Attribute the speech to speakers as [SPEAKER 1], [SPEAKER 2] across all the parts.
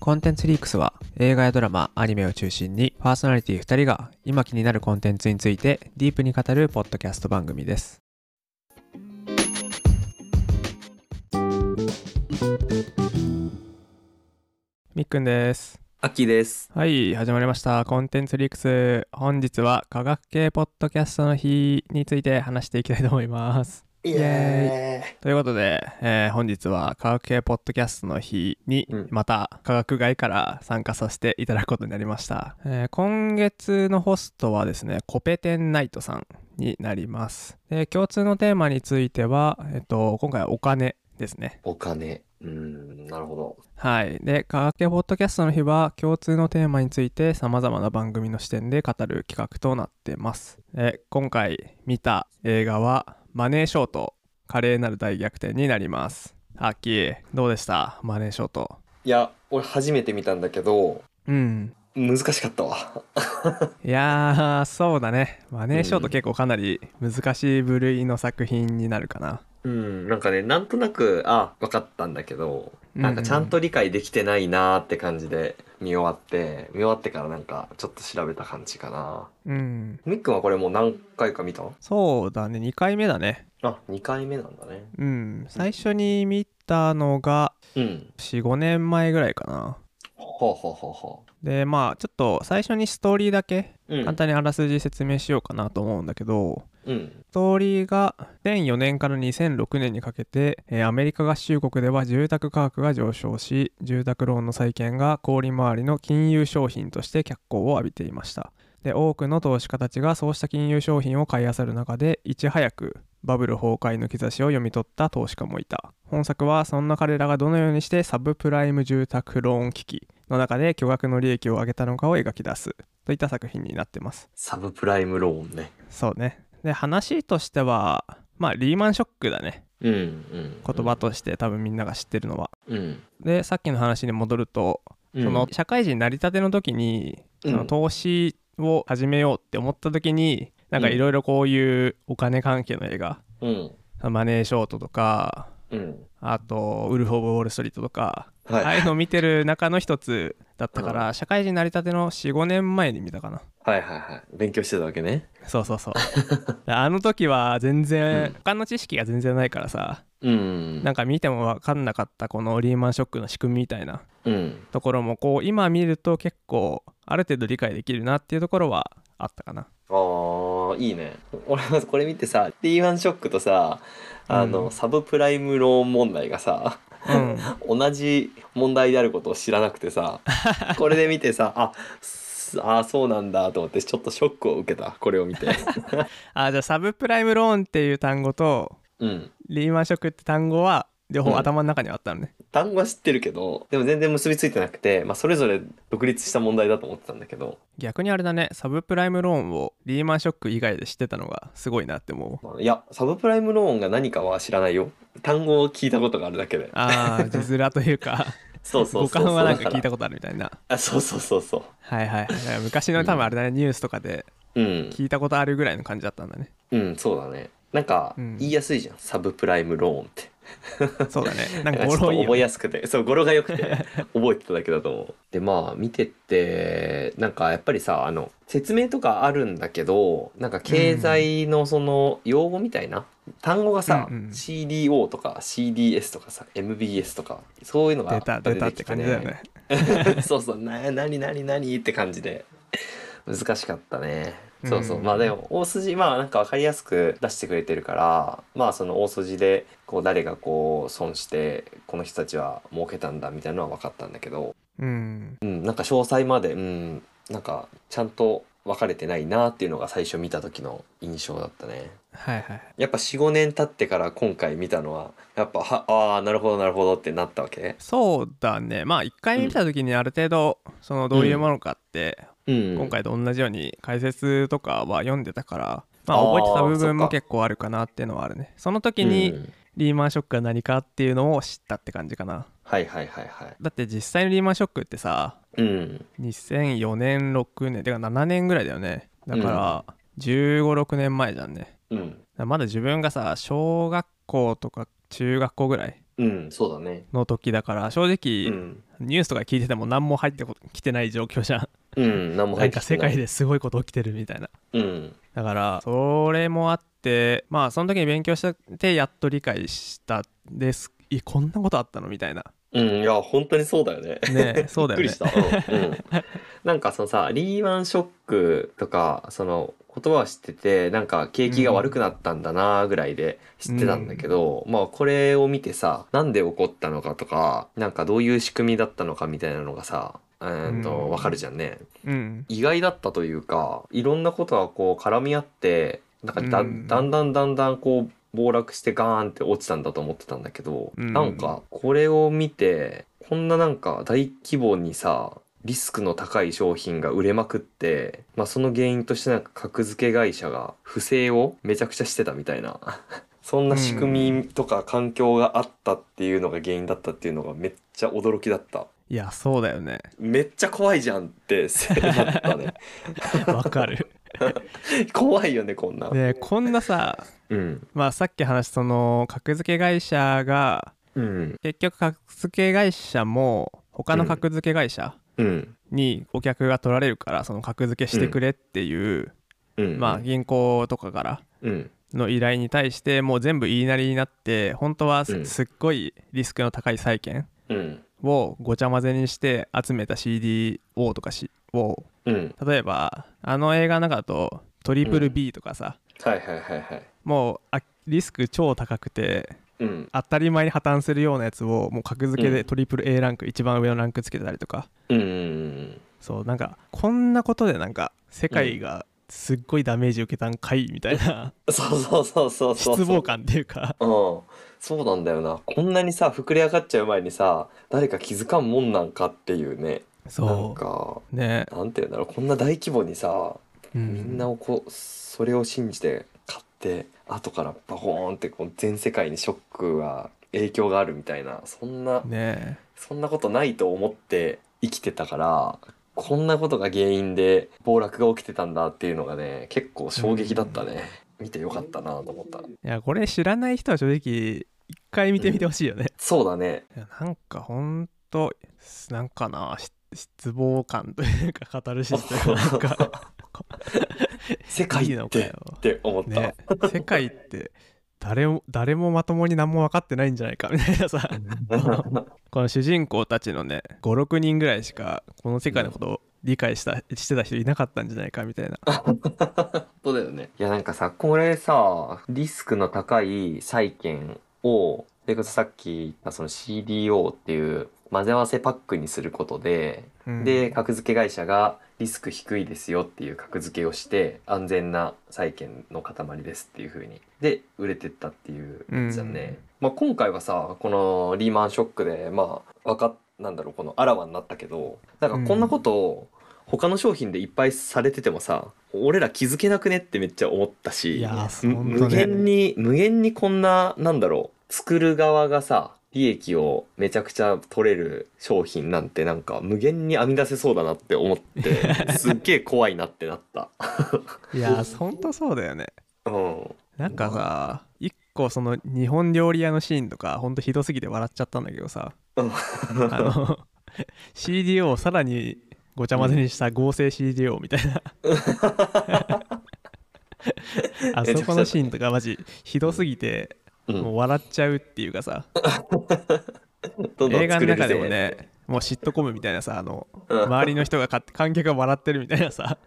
[SPEAKER 1] コンテンツリークスは映画やドラマ、アニメを中心にパーソナリティ2人が今気になるコンテンツについてディープに語るポッドキャスト番組です。みっくんです。
[SPEAKER 2] 秋です。
[SPEAKER 1] はい、始まりました。コンテンツリークス。本日は科学系ポッドキャストの日について話していきたいと思います。
[SPEAKER 2] イ
[SPEAKER 1] エということで、えー本日は科学系ポッドキャストの日に
[SPEAKER 2] うん
[SPEAKER 1] また科学外から参加させていただくことになりました、えー今月のホストはですねコペテンナイトさんになりますで共通のテーマについては、えっと、今回はお金ですね
[SPEAKER 2] お金。うーん、なるほど。
[SPEAKER 1] はい。で、科学系ポッドキャストの日は、共通のテーマについて様々な番組の視点で語る企画となってます。え今回見た映画は、マネーショート、華麗なる大逆転になります。アッキー、どうでしたマネーショート。
[SPEAKER 2] いや、俺初めて見たんだけど、
[SPEAKER 1] うん。
[SPEAKER 2] 難しかったわ。
[SPEAKER 1] いやー、そうだね。マネーショー
[SPEAKER 2] う
[SPEAKER 1] ト
[SPEAKER 2] ん
[SPEAKER 1] 結構かなり難しい部類の作品になるかな。
[SPEAKER 2] うん、なんかね、なんとなく、あ、分かったんだけど、なんかちゃんと理解できてないなーって感じで見終わって、見終わってからなんかちょっと調べた感じかな。
[SPEAKER 1] うん。
[SPEAKER 2] みっくんはこれもう何回か見たの
[SPEAKER 1] そうだね。2回目だね。
[SPEAKER 2] あ、2回目なんだね。
[SPEAKER 1] うん。最初に見たのが、
[SPEAKER 2] うん。
[SPEAKER 1] 4、5年前ぐらいかな。
[SPEAKER 2] ほうほうほうほ
[SPEAKER 1] でまあちょっと最初にストーリーだけ
[SPEAKER 2] う。うん。
[SPEAKER 1] 簡単にあらすじ説明しようかなと思うんだけど、
[SPEAKER 2] うん。
[SPEAKER 1] ストーリーが2004年から2006年にかけて、えーアメリカ合衆国では住宅価格が上昇し住宅ローンの債券が小売回りの金融商品として脚光を浴びていましたで多くの投資家たちがそうした金融商品を買い漁る中でいち早くバブル崩壊の兆しを読み取った投資家もいた本作はそんな彼らがどのようにしてサブプライム住宅ローン危機の中で巨額の利益を上げたのかを描き出すといった作品になってます
[SPEAKER 2] サブプライムローンね。
[SPEAKER 1] そうねで話としてはまあリーマンショックだね
[SPEAKER 2] うん、うん。
[SPEAKER 1] 言葉。として多分みんなが知ってるのは
[SPEAKER 2] うん。
[SPEAKER 1] でさっきの話に戻ると、
[SPEAKER 2] うん
[SPEAKER 1] その社会人になりたての時に
[SPEAKER 2] う
[SPEAKER 1] そ
[SPEAKER 2] ん
[SPEAKER 1] の投資を始めようって思った時に、なんかいろいろこういうお金関係の映画、
[SPEAKER 2] うん。
[SPEAKER 1] マネーショートとか
[SPEAKER 2] うん。
[SPEAKER 1] あとウルフ・オブ・ウォール・ストリートとか、
[SPEAKER 2] はい。
[SPEAKER 1] ああいうのを見てる中の一つだったから、社会人になりたての45年前に見たかな
[SPEAKER 2] はいはいはい。勉強してたわけね。
[SPEAKER 1] そうそうそうあの時は全然、
[SPEAKER 2] うん
[SPEAKER 1] 他の知識が全然ないからさ
[SPEAKER 2] うん。
[SPEAKER 1] なんか見ても分かんなかったこのリーマンショックの仕組みみたいな
[SPEAKER 2] うん。
[SPEAKER 1] ところもこう今見ると結構ある程度理解できるなっていうところはあったかな
[SPEAKER 2] ああ、いいね。俺はこれ見てさ、D1 ショックとさ、あの、
[SPEAKER 1] うん
[SPEAKER 2] サブプライムローン問題がさ、
[SPEAKER 1] うん
[SPEAKER 2] 同じ問題であることを知らなくて さ、これで見てさ、あ、すあーそうなんだと思ってちょっとショックを受けたこれを見 て
[SPEAKER 1] あじゃあサブプライムローンっていう単語と
[SPEAKER 2] うん
[SPEAKER 1] リーマンショックって単語は両方
[SPEAKER 2] うん
[SPEAKER 1] 頭の中にはあったのね、
[SPEAKER 2] 単語は知ってるけどでも全然結びついてなくて、まあ、それぞれ独立した問題だと思ってたんだけど、
[SPEAKER 1] 逆にあれだねサブプライムローンをリーマンショック以外で知ってたのがすごいなって思う
[SPEAKER 2] まあいやサブプライムローンが何かは知らないよ単語を聞いたことがあるだけで
[SPEAKER 1] ああ字面というか
[SPEAKER 2] そう そう
[SPEAKER 1] 五
[SPEAKER 2] そうそ
[SPEAKER 1] 感
[SPEAKER 2] う
[SPEAKER 1] はなん
[SPEAKER 2] だ
[SPEAKER 1] から聞いたことあるみたいな
[SPEAKER 2] あそうそうそうそ
[SPEAKER 1] はいはいはいだ から昔の多分あれだね、ニュースとかで
[SPEAKER 2] ううん
[SPEAKER 1] 聞いたことあるぐらいの感じだったんだね
[SPEAKER 2] うんそうだねなんか
[SPEAKER 1] うん
[SPEAKER 2] 言いやすいじゃん、サブプライムローンって
[SPEAKER 1] そうだ ねなん
[SPEAKER 2] だ
[SPEAKER 1] か
[SPEAKER 2] からち
[SPEAKER 1] お
[SPEAKER 2] ょっと
[SPEAKER 1] ろいよ
[SPEAKER 2] 覚え
[SPEAKER 1] ね
[SPEAKER 2] やすくてそう語呂が良 くて覚えてただけだと思うでまあ見てってなんかやっぱりさあの説明とかあるんだけどなんか経済のその用語みたいな、単語がさ、
[SPEAKER 1] うんうん
[SPEAKER 2] CDO とか CDS とかさ MBS とかそういうのが
[SPEAKER 1] 出た出たって
[SPEAKER 2] きて
[SPEAKER 1] 感じだよね
[SPEAKER 2] そうそう、な、なになになにって感じで。難しかったね。そうそう、
[SPEAKER 1] うん
[SPEAKER 2] まあでも大筋まあなんか分かりやすく出してくれてるからまあその大筋でこう誰がこう損してこの人たちは儲けたんだみたいなのは分かったんだけど、
[SPEAKER 1] うん
[SPEAKER 2] うん、なんか詳細までうんなんかちゃんと分かれてないなっていうのが最初見た時の印象だったね。
[SPEAKER 1] はいはいはい
[SPEAKER 2] やっぱ45年経ってから今回見たのはやっぱはああなるほどなるほどってなったわけ、
[SPEAKER 1] そうだねまあ一回見た時にある程度そのどういうものかって
[SPEAKER 2] うん、
[SPEAKER 1] 今回と同じように解説とかは読んでたからまあ
[SPEAKER 2] あー
[SPEAKER 1] 覚えてた部
[SPEAKER 2] そっ
[SPEAKER 1] 分
[SPEAKER 2] か
[SPEAKER 1] も結構あるかなっていうのはあるねその時
[SPEAKER 2] う
[SPEAKER 1] に
[SPEAKER 2] ん
[SPEAKER 1] リーマンショックが何かっていうのを知ったって感じかな
[SPEAKER 2] はいはいはいはい
[SPEAKER 1] だって実際のリーマンショックってさ
[SPEAKER 2] うん
[SPEAKER 1] 2004年6年てか7年ぐらいだよねだから1 5 6年前じゃんねだか
[SPEAKER 2] うん
[SPEAKER 1] らまだ自分がさ小学校とか中学校ぐらい
[SPEAKER 2] うん、そうだね。
[SPEAKER 1] の時だから正
[SPEAKER 2] う
[SPEAKER 1] 直、
[SPEAKER 2] ん。
[SPEAKER 1] ニュースとか聞いてても何も入ってこきてない状況じゃん
[SPEAKER 2] うん、何も
[SPEAKER 1] な
[SPEAKER 2] 入
[SPEAKER 1] ん
[SPEAKER 2] っ
[SPEAKER 1] か
[SPEAKER 2] てきて
[SPEAKER 1] 世
[SPEAKER 2] ない
[SPEAKER 1] 界。ですごいこと起きてるみたいな
[SPEAKER 2] うん。
[SPEAKER 1] だからそれもあってまあその時に勉強してやっと理解したですいこんなことあったのみたいな
[SPEAKER 2] うん、いや、本当にそうだよね。
[SPEAKER 1] ねそうだよ
[SPEAKER 2] び
[SPEAKER 1] ね
[SPEAKER 2] っくりした。 うん。うんなんかそのさ、リーマンショックとか、その言葉は知ってて、なんか景気が悪くなったんだなぐらいで知ってたんだけど、まあこれを見てさ、なんで起こったのかとか、なんかどういう仕組みだったのかみたいなのがさ、うーん
[SPEAKER 1] う
[SPEAKER 2] と、
[SPEAKER 1] ん
[SPEAKER 2] わかるじゃんね。
[SPEAKER 1] うん
[SPEAKER 2] 意外だったというか、いろんなことがこう絡み合って、なんかだ,、
[SPEAKER 1] うん
[SPEAKER 2] ん、だんだんだんだんこう、暴落してガーンって落ちたんだと思ってたんだけど、
[SPEAKER 1] うん
[SPEAKER 2] なんかこれを見てこんななんか大規模にさリスクの高い商品が売れまくって、まあ、その原因としてなんか格付け会社が不正をめちゃくちゃしてたみたいな そんな仕組みとか環境があったっていうのが原因だったっていうのがめっちゃ驚きだった
[SPEAKER 1] いやそうだよね
[SPEAKER 2] めっちゃ怖いじゃんってせなったね
[SPEAKER 1] わかる
[SPEAKER 2] 怖いよねこんな、
[SPEAKER 1] でこんなさ
[SPEAKER 2] うん
[SPEAKER 1] まあさっき話したその格付け会社が
[SPEAKER 2] うん
[SPEAKER 1] 結局格付け会社も他の格付け会社
[SPEAKER 2] うん
[SPEAKER 1] にお客が取られるからその格付けしてくれっていう、
[SPEAKER 2] うん
[SPEAKER 1] まあ銀行とかから
[SPEAKER 2] うん
[SPEAKER 1] の依頼に対してもう全部言いなりになって本当はす,、
[SPEAKER 2] うん
[SPEAKER 1] っごいリスクの高い債券
[SPEAKER 2] うん
[SPEAKER 1] をごちゃ混ぜにして集めた CDO とかしを
[SPEAKER 2] うん
[SPEAKER 1] 例えばあの映画の中だとトリプル B とかさ、
[SPEAKER 2] はいはいはいはい
[SPEAKER 1] もうあリスク超高くて
[SPEAKER 2] うん
[SPEAKER 1] 当たり前に破綻するようなやつをもう格付け
[SPEAKER 2] う
[SPEAKER 1] で
[SPEAKER 2] ん
[SPEAKER 1] トリプル A ランク、一番上のランクつけてたりとか
[SPEAKER 2] うんうんうん
[SPEAKER 1] そうなんかこんなことでなんか世界がすっごいダメージ受けたんかいみたい な
[SPEAKER 2] そうそうそうそうそう
[SPEAKER 1] 失望感っていうか
[SPEAKER 2] うんそうなんだよなこんなにさ膨れ上がっちゃう前にさ誰か気づかんもんなんかっていうねなん
[SPEAKER 1] そ
[SPEAKER 2] か
[SPEAKER 1] うね、
[SPEAKER 2] なんて言うんだろうこんな大規模にさ
[SPEAKER 1] う
[SPEAKER 2] みんなをこうそれを信じて買って後からバコーンってこう全世界にショックが影響があるみたいなそんな
[SPEAKER 1] ね
[SPEAKER 2] そんなことないと思って生きてたからこんなことが原因で暴落が起きてたんだっていうのがね結構衝撃だったね見てよかったなと思った
[SPEAKER 1] いやこれ知らない人は正直一回見てみてほしいよね、
[SPEAKER 2] そうだね
[SPEAKER 1] いやなんかほんとなんかなし失望感というかカタルシスというかなんか
[SPEAKER 2] 世界
[SPEAKER 1] いい
[SPEAKER 2] っ
[SPEAKER 1] のか
[SPEAKER 2] てっ
[SPEAKER 1] よ
[SPEAKER 2] て思った、
[SPEAKER 1] ね世界って誰も誰もまともに何も分かってないんじゃないかみたいなさこの主人公たちのね56人ぐらいしかこの世界のことを理解したしてた人いなかったんじゃないかみたいな
[SPEAKER 2] そうだよね。いやなんかさ、これさ、リスクの高い債券を、それこそさっき言ったその CDO っていう混ぜ合わせパックにすることで、
[SPEAKER 1] うん
[SPEAKER 2] で、格付け会社がリスク低いですよっていう格付けをして、安全な債券の塊ですっていう風に。で、売れてったっていうやつじゃんね。まあ今回はさ、このリーマンショックで、まあ、わかっ、なんだろう、このあらわになったけど、なんかこんなことを、他の商品でいっぱいされててもさ俺ら気づけなくねってめっちゃ思ったし
[SPEAKER 1] いやー
[SPEAKER 2] む
[SPEAKER 1] ほんとね
[SPEAKER 2] 無限に無限にこんななんだろう作る側がさ利益をめちゃくちゃ取れる商品なんてなんか無限に編み出せそうだなって 思ってすっげえ怖いなってなった。
[SPEAKER 1] いやほんとそうだよね
[SPEAKER 2] うん、
[SPEAKER 1] なんかさ一個その日本料理屋のシーンとかほんとひどすぎて笑っちゃったんだけどさ
[SPEAKER 2] うん
[SPEAKER 1] あの CDO をさらにごちゃ混ぜにした合成 CDO みたい なあそこのシーンとかマジひどすぎて
[SPEAKER 2] うん
[SPEAKER 1] もう笑っちゃうっていうかさ
[SPEAKER 2] どんどん
[SPEAKER 1] 映画
[SPEAKER 2] 作
[SPEAKER 1] の
[SPEAKER 2] れる
[SPEAKER 1] 中で
[SPEAKER 2] ぜ
[SPEAKER 1] もねもうシットコムみたいなさあの
[SPEAKER 2] うん
[SPEAKER 1] 周りの人が買って観客が笑ってるみたいなさ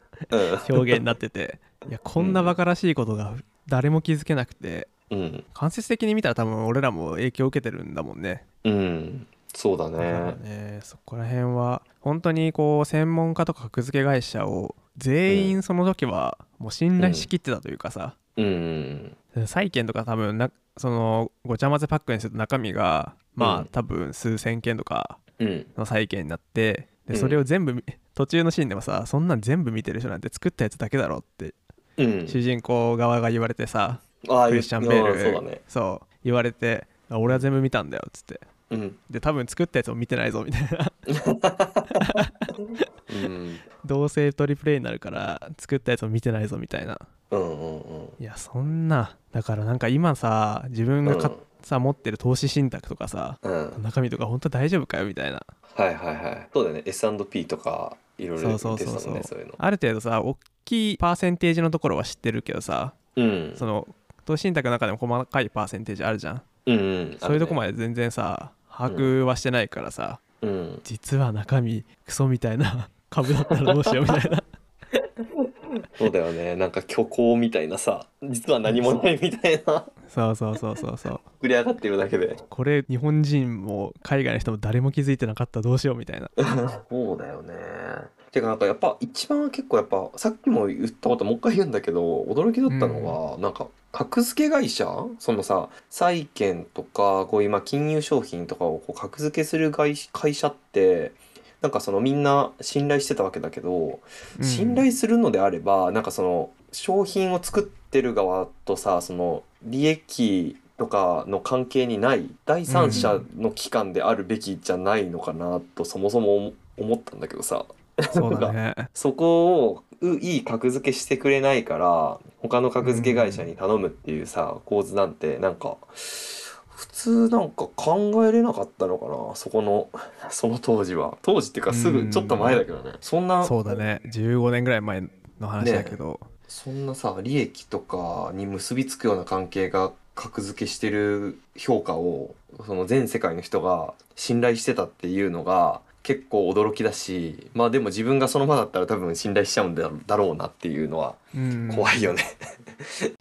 [SPEAKER 1] 表
[SPEAKER 2] う
[SPEAKER 1] 現になってていやこんなバカらしいことが誰も気づけなくて
[SPEAKER 2] ん、うん
[SPEAKER 1] 間接的に見たら多分俺らも影響を受けてるんだもんね。
[SPEAKER 2] うん、そうだ
[SPEAKER 1] だから
[SPEAKER 2] ね。
[SPEAKER 1] ねそこら辺は本当にこう専門家とか格付け会社を全員その時はもう信頼しきってたというかさ、
[SPEAKER 2] うん、
[SPEAKER 1] 債券とか多分なそのごちゃ混ぜパックにすると中身がまあ、
[SPEAKER 2] うん
[SPEAKER 1] 多分数千件とか
[SPEAKER 2] うん、
[SPEAKER 1] の債券になって
[SPEAKER 2] う
[SPEAKER 1] で
[SPEAKER 2] ん
[SPEAKER 1] それを全部み、途中のシーンでもさそんなん全部見てる人なんて作ったやつだけだろって
[SPEAKER 2] うん、
[SPEAKER 1] 主人公側が言われてさ、
[SPEAKER 2] ああ
[SPEAKER 1] クリ
[SPEAKER 2] 言っ
[SPEAKER 1] スチャン・ベール
[SPEAKER 2] そうだね。
[SPEAKER 1] そう言われてあ俺は全部見たんだよっつって
[SPEAKER 2] うん、
[SPEAKER 1] で多分作ったやつも見てないぞみたいな
[SPEAKER 2] うん、
[SPEAKER 1] どうせトリプレイになるから作ったやつも見てないぞみたいな
[SPEAKER 2] うん、うん、うん。
[SPEAKER 1] いやそんなだからなんか今さ自分が買っ
[SPEAKER 2] うん
[SPEAKER 1] さ持ってる投資信託とかさ
[SPEAKER 2] うん
[SPEAKER 1] 中身とか本当大丈夫かよみたいな
[SPEAKER 2] はいはいはいそうだよね S&P とかいろいろ
[SPEAKER 1] そう
[SPEAKER 2] 出てた
[SPEAKER 1] そ
[SPEAKER 2] もん
[SPEAKER 1] う
[SPEAKER 2] ね
[SPEAKER 1] そう
[SPEAKER 2] そ
[SPEAKER 1] そ
[SPEAKER 2] う
[SPEAKER 1] う
[SPEAKER 2] いうの
[SPEAKER 1] ある程度さ大きいパーセンテージのところは知ってるけどさ
[SPEAKER 2] うん
[SPEAKER 1] その投資信託の中でも細かいパーセンテージあるじゃん
[SPEAKER 2] うんうん
[SPEAKER 1] そういうとこ
[SPEAKER 2] で
[SPEAKER 1] まで全然さ把握はしてないからさ、
[SPEAKER 2] うん
[SPEAKER 1] 実は中身クソみたいな 株だったらどうしようみたいな
[SPEAKER 2] そうだよねなんか虚構みたいなさ実は何もないみたいな
[SPEAKER 1] そうそうそうそうそう
[SPEAKER 2] 膨れ上がってるだけで
[SPEAKER 1] これ日本人も海外の人も誰も気づいてなかったらどうしようみたいな
[SPEAKER 2] そうだよね。てかなんかやっぱ一番結構やっぱさっきも言ったこともう一回言うんだけど驚きだったのは、なんか格付け会社そのさ債券とかこういうまあ金融商品とかをこう格付けする会会社ってなんかそのみんな信頼してたわけだけど、
[SPEAKER 1] うん
[SPEAKER 2] 信頼するのであればなんかその商品を作ってる側とさその利益とかの関係にない第三者の機関であるべきじゃないのかなとそもそも思思ったんだけどさ
[SPEAKER 1] そうだね
[SPEAKER 2] そこをういい格付けしてくれないから他の格付け会社に頼むっていうさ構図なんてなんか普通なんか考えれなかったのかなそこのその当時は当時っていうかすぐちょっと前だけどねそんな
[SPEAKER 1] そうだね15年ぐらい前の話だけど、
[SPEAKER 2] そんなさ利益とかに結びつくような関係が格付けしてる評価をその全世界の人が信頼してたっていうのが結構驚きだしまあでも自分がその場だったら多分信頼しちゃうんだだろうなっていうのは
[SPEAKER 1] うん
[SPEAKER 2] 怖いよね。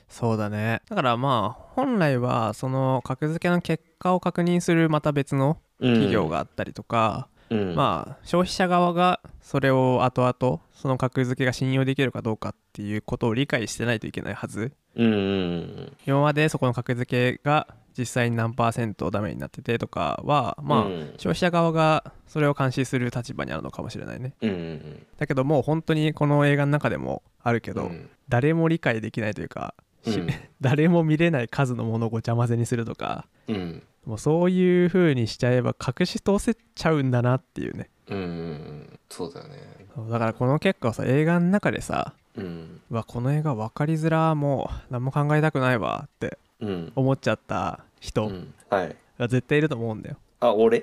[SPEAKER 1] そうだねだからまあ本来はその格付けの結果を確認するまた別の 企業があったりとか、
[SPEAKER 2] うん、あ
[SPEAKER 1] まあ消費者側がそれを後々その格付けが信用できるかどうかっていうことを理解してないといけないはず
[SPEAKER 2] うんうん
[SPEAKER 1] 今までそこの格付けが実際に何パーセントダメになっててとかはまあ、
[SPEAKER 2] うん
[SPEAKER 1] 消費者側がそれを監視する立場にあるのかもしれないね
[SPEAKER 2] うんうん
[SPEAKER 1] だけどもう本当にこの映画の中でもあるけど、
[SPEAKER 2] うん
[SPEAKER 1] 誰も理解できないというか、し
[SPEAKER 2] うん
[SPEAKER 1] 誰も見れない数のものをごちゃ混ぜにするとか
[SPEAKER 2] うん
[SPEAKER 1] もうそういう風にしちゃえば隠し通せちゃうんだなっていうね
[SPEAKER 2] うんうんそうだよね。
[SPEAKER 1] そうだからこの結果をさ映画の中でさ
[SPEAKER 2] うん
[SPEAKER 1] うわこの映画分かりづらもう何も考えたくないわって
[SPEAKER 2] うん
[SPEAKER 1] 思っちゃった
[SPEAKER 2] う
[SPEAKER 1] 人
[SPEAKER 2] んはい。
[SPEAKER 1] が絶対いると思うんだよ、
[SPEAKER 2] あ、 俺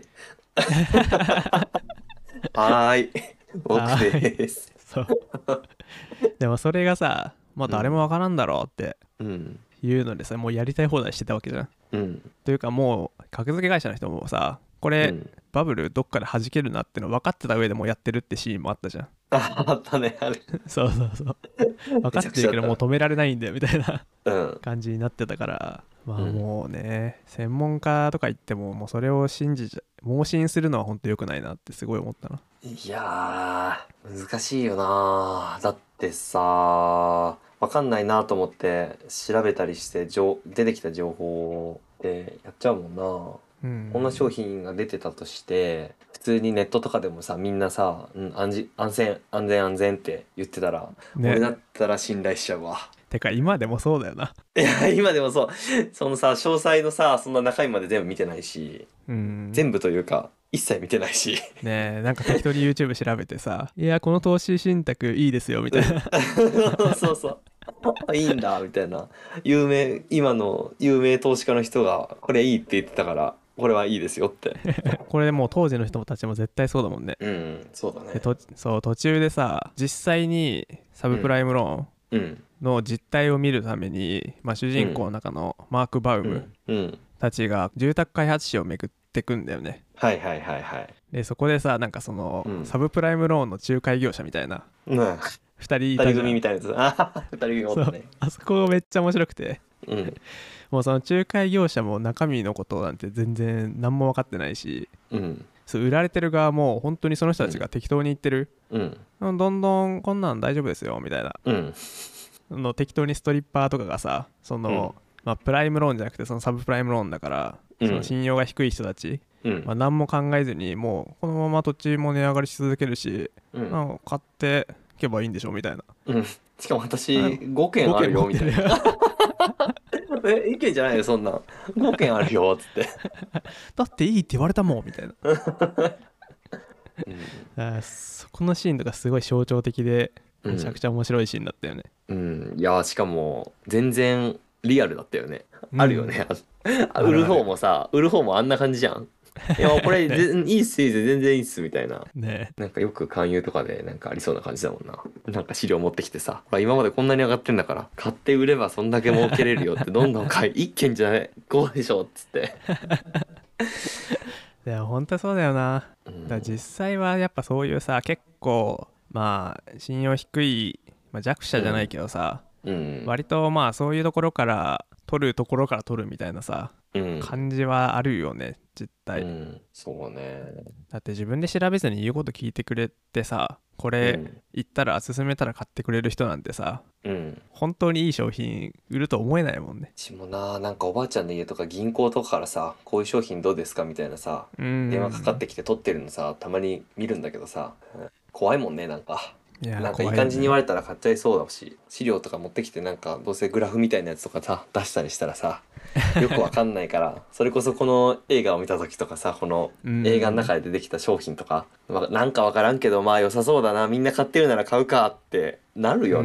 [SPEAKER 2] はーい。僕です。
[SPEAKER 1] そうでもそれがさまあ誰も分からんだろうって
[SPEAKER 2] うん。
[SPEAKER 1] いうのでさもうやりたい放題してたわけじゃん
[SPEAKER 2] うん。
[SPEAKER 1] というかもう格付け会社の人もさこ
[SPEAKER 2] う
[SPEAKER 1] れ、
[SPEAKER 2] ん、
[SPEAKER 1] バブルどっかで弾けるなっての分かってた上でもうやってるってシーンもあった じゃん
[SPEAKER 2] ああったね、あれ。
[SPEAKER 1] そうそうそう 分かってる
[SPEAKER 2] めちゃく
[SPEAKER 1] け
[SPEAKER 2] ちゃ
[SPEAKER 1] ど
[SPEAKER 2] だ
[SPEAKER 1] もう止められないんだよみたいな
[SPEAKER 2] うん。
[SPEAKER 1] 感じになってたからまあ
[SPEAKER 2] うん
[SPEAKER 1] もうね、専門家とか言ってももうそれを信じちゃ盲信するのは本当良くないなってすごい思ったない
[SPEAKER 2] やー、難しいよなだってさわかんないなと思って調べたりして、じょ出てきた情報でやっちゃうもんな
[SPEAKER 1] うん
[SPEAKER 2] こんな商品が出てたとして、普通にネットとかでもさ、みんなさ、うん、安じ安全、安全、安全って言ってたら、俺だ
[SPEAKER 1] ね
[SPEAKER 2] ったら信頼しちゃうわ。
[SPEAKER 1] てか今でもそうだよない
[SPEAKER 2] や今でもそうそのさ詳細のさそんな中身まで全部見てないし
[SPEAKER 1] うん
[SPEAKER 2] 全部というか一切見てない し
[SPEAKER 1] ねえなんか適当に YouTube 調べてさ「いやこの投資信託いいですよ」みたい な
[SPEAKER 2] そうそうあいいんだみたいな有名今の有名投資家の人がこれいいって言ってたからこれはいいですよって
[SPEAKER 1] これもう当時の人たちも絶対そうだもんね
[SPEAKER 2] うんそうだ
[SPEAKER 1] で
[SPEAKER 2] ね
[SPEAKER 1] とそう途中でさ実際にサブプライムローン
[SPEAKER 2] うん
[SPEAKER 1] の実態を見るために、まあ、主人公の中のマーク・バウ
[SPEAKER 2] う
[SPEAKER 1] ム
[SPEAKER 2] ん、うん、
[SPEAKER 1] たちが住宅開発市を巡ってくんだよね
[SPEAKER 2] はいはいはいはい
[SPEAKER 1] でそこでさなんかその、
[SPEAKER 2] うん
[SPEAKER 1] サブプライムローンの仲介業者みたいな
[SPEAKER 2] うん
[SPEAKER 1] 2人い
[SPEAKER 2] 二
[SPEAKER 1] たじゃ
[SPEAKER 2] 人
[SPEAKER 1] ん
[SPEAKER 2] 組みたいなやつあ二人組おったね
[SPEAKER 1] あそこめっちゃ面白くて
[SPEAKER 2] うん
[SPEAKER 1] もうその仲介業者も中身のことなんて全然何も分かってないし
[SPEAKER 2] うん
[SPEAKER 1] そう売られてる側も本当にその人たちが適当に言ってる、
[SPEAKER 2] うん
[SPEAKER 1] うんどんどんこんなん大丈夫ですよみたいな
[SPEAKER 2] うん
[SPEAKER 1] の適当にストリッパーとかがさその、まあ、プライムローンじゃなくてそのサブプライムローンだから、
[SPEAKER 2] うん
[SPEAKER 1] その信用が低い人たち、
[SPEAKER 2] うん
[SPEAKER 1] まあ、何も考えずにもうこのまま土地も値上がりし続けるし、
[SPEAKER 2] うん
[SPEAKER 1] なんか買っていけばいいんでしょみたいな
[SPEAKER 2] うんしかも私
[SPEAKER 1] あ
[SPEAKER 2] 5件あるよみたいな
[SPEAKER 1] なだ
[SPEAKER 2] え、意見じゃないよ、そんなん。5件あるよ、つって。
[SPEAKER 1] っていいって言われたもんみたいな
[SPEAKER 2] う
[SPEAKER 1] あーそこのシーンとかすごい象徴的で
[SPEAKER 2] うん
[SPEAKER 1] めちゃくちゃ面白いシーンだったよね、
[SPEAKER 2] ん。いや、しかも、全然、リアルだったよね。
[SPEAKER 1] うん
[SPEAKER 2] あるよね。あ
[SPEAKER 1] ある
[SPEAKER 2] 売る方もさ、売る方もあんな感じじ ゃん。いや、これ、全いいっす、いいっす、全然いいっす、みたいな。
[SPEAKER 1] ね
[SPEAKER 2] なんかよく勧誘とかでなんかありそうな感じだもんな。なんか資料持ってきてさ、ほら今までこんなに上がってんだから、買って売ればそんだけ儲けれるよ って、どんどん買い、一件じゃない、こうでしょ、っつって。
[SPEAKER 1] いや本当そうだよな
[SPEAKER 2] うん
[SPEAKER 1] だから実際はやっぱそういうさ結構まあ信用低い、まあ、弱者じゃないけどさ、
[SPEAKER 2] うん。
[SPEAKER 1] 割とまあそういうところから取るところから取るみたいなさ
[SPEAKER 2] うん。
[SPEAKER 1] 感じはあるよね実態、
[SPEAKER 2] うんそうね。
[SPEAKER 1] だって自分で調べずに言うこと聞いてくれてさこれ
[SPEAKER 2] うん
[SPEAKER 1] 言ったら勧めたら買ってくれる人なんてさ
[SPEAKER 2] うん。
[SPEAKER 1] 本当にいい商品売ると思えないもんね
[SPEAKER 2] うちもな、なんかおばあちゃんの家とか銀行とかからさ、こういう商品どうですかみたいなさ、
[SPEAKER 1] うん
[SPEAKER 2] 電話かかってきて撮ってるのさ、たまに見るんだけどさ、怖いもんね、なんか。
[SPEAKER 1] いや
[SPEAKER 2] なんかいい感じに言わ
[SPEAKER 1] れ
[SPEAKER 2] れたら買っちゃいそうだし資料とか持ってきてなんかどうせグラフみたいなやつとかさ出したりしたら さよくわかんないからそれこそこの映画を見た時とかさこの
[SPEAKER 1] うん
[SPEAKER 2] 映画の中で出てきた商品とか、まあなんかわからんけどまあ良さそうだなみんな買ってるなら買うかってなるよ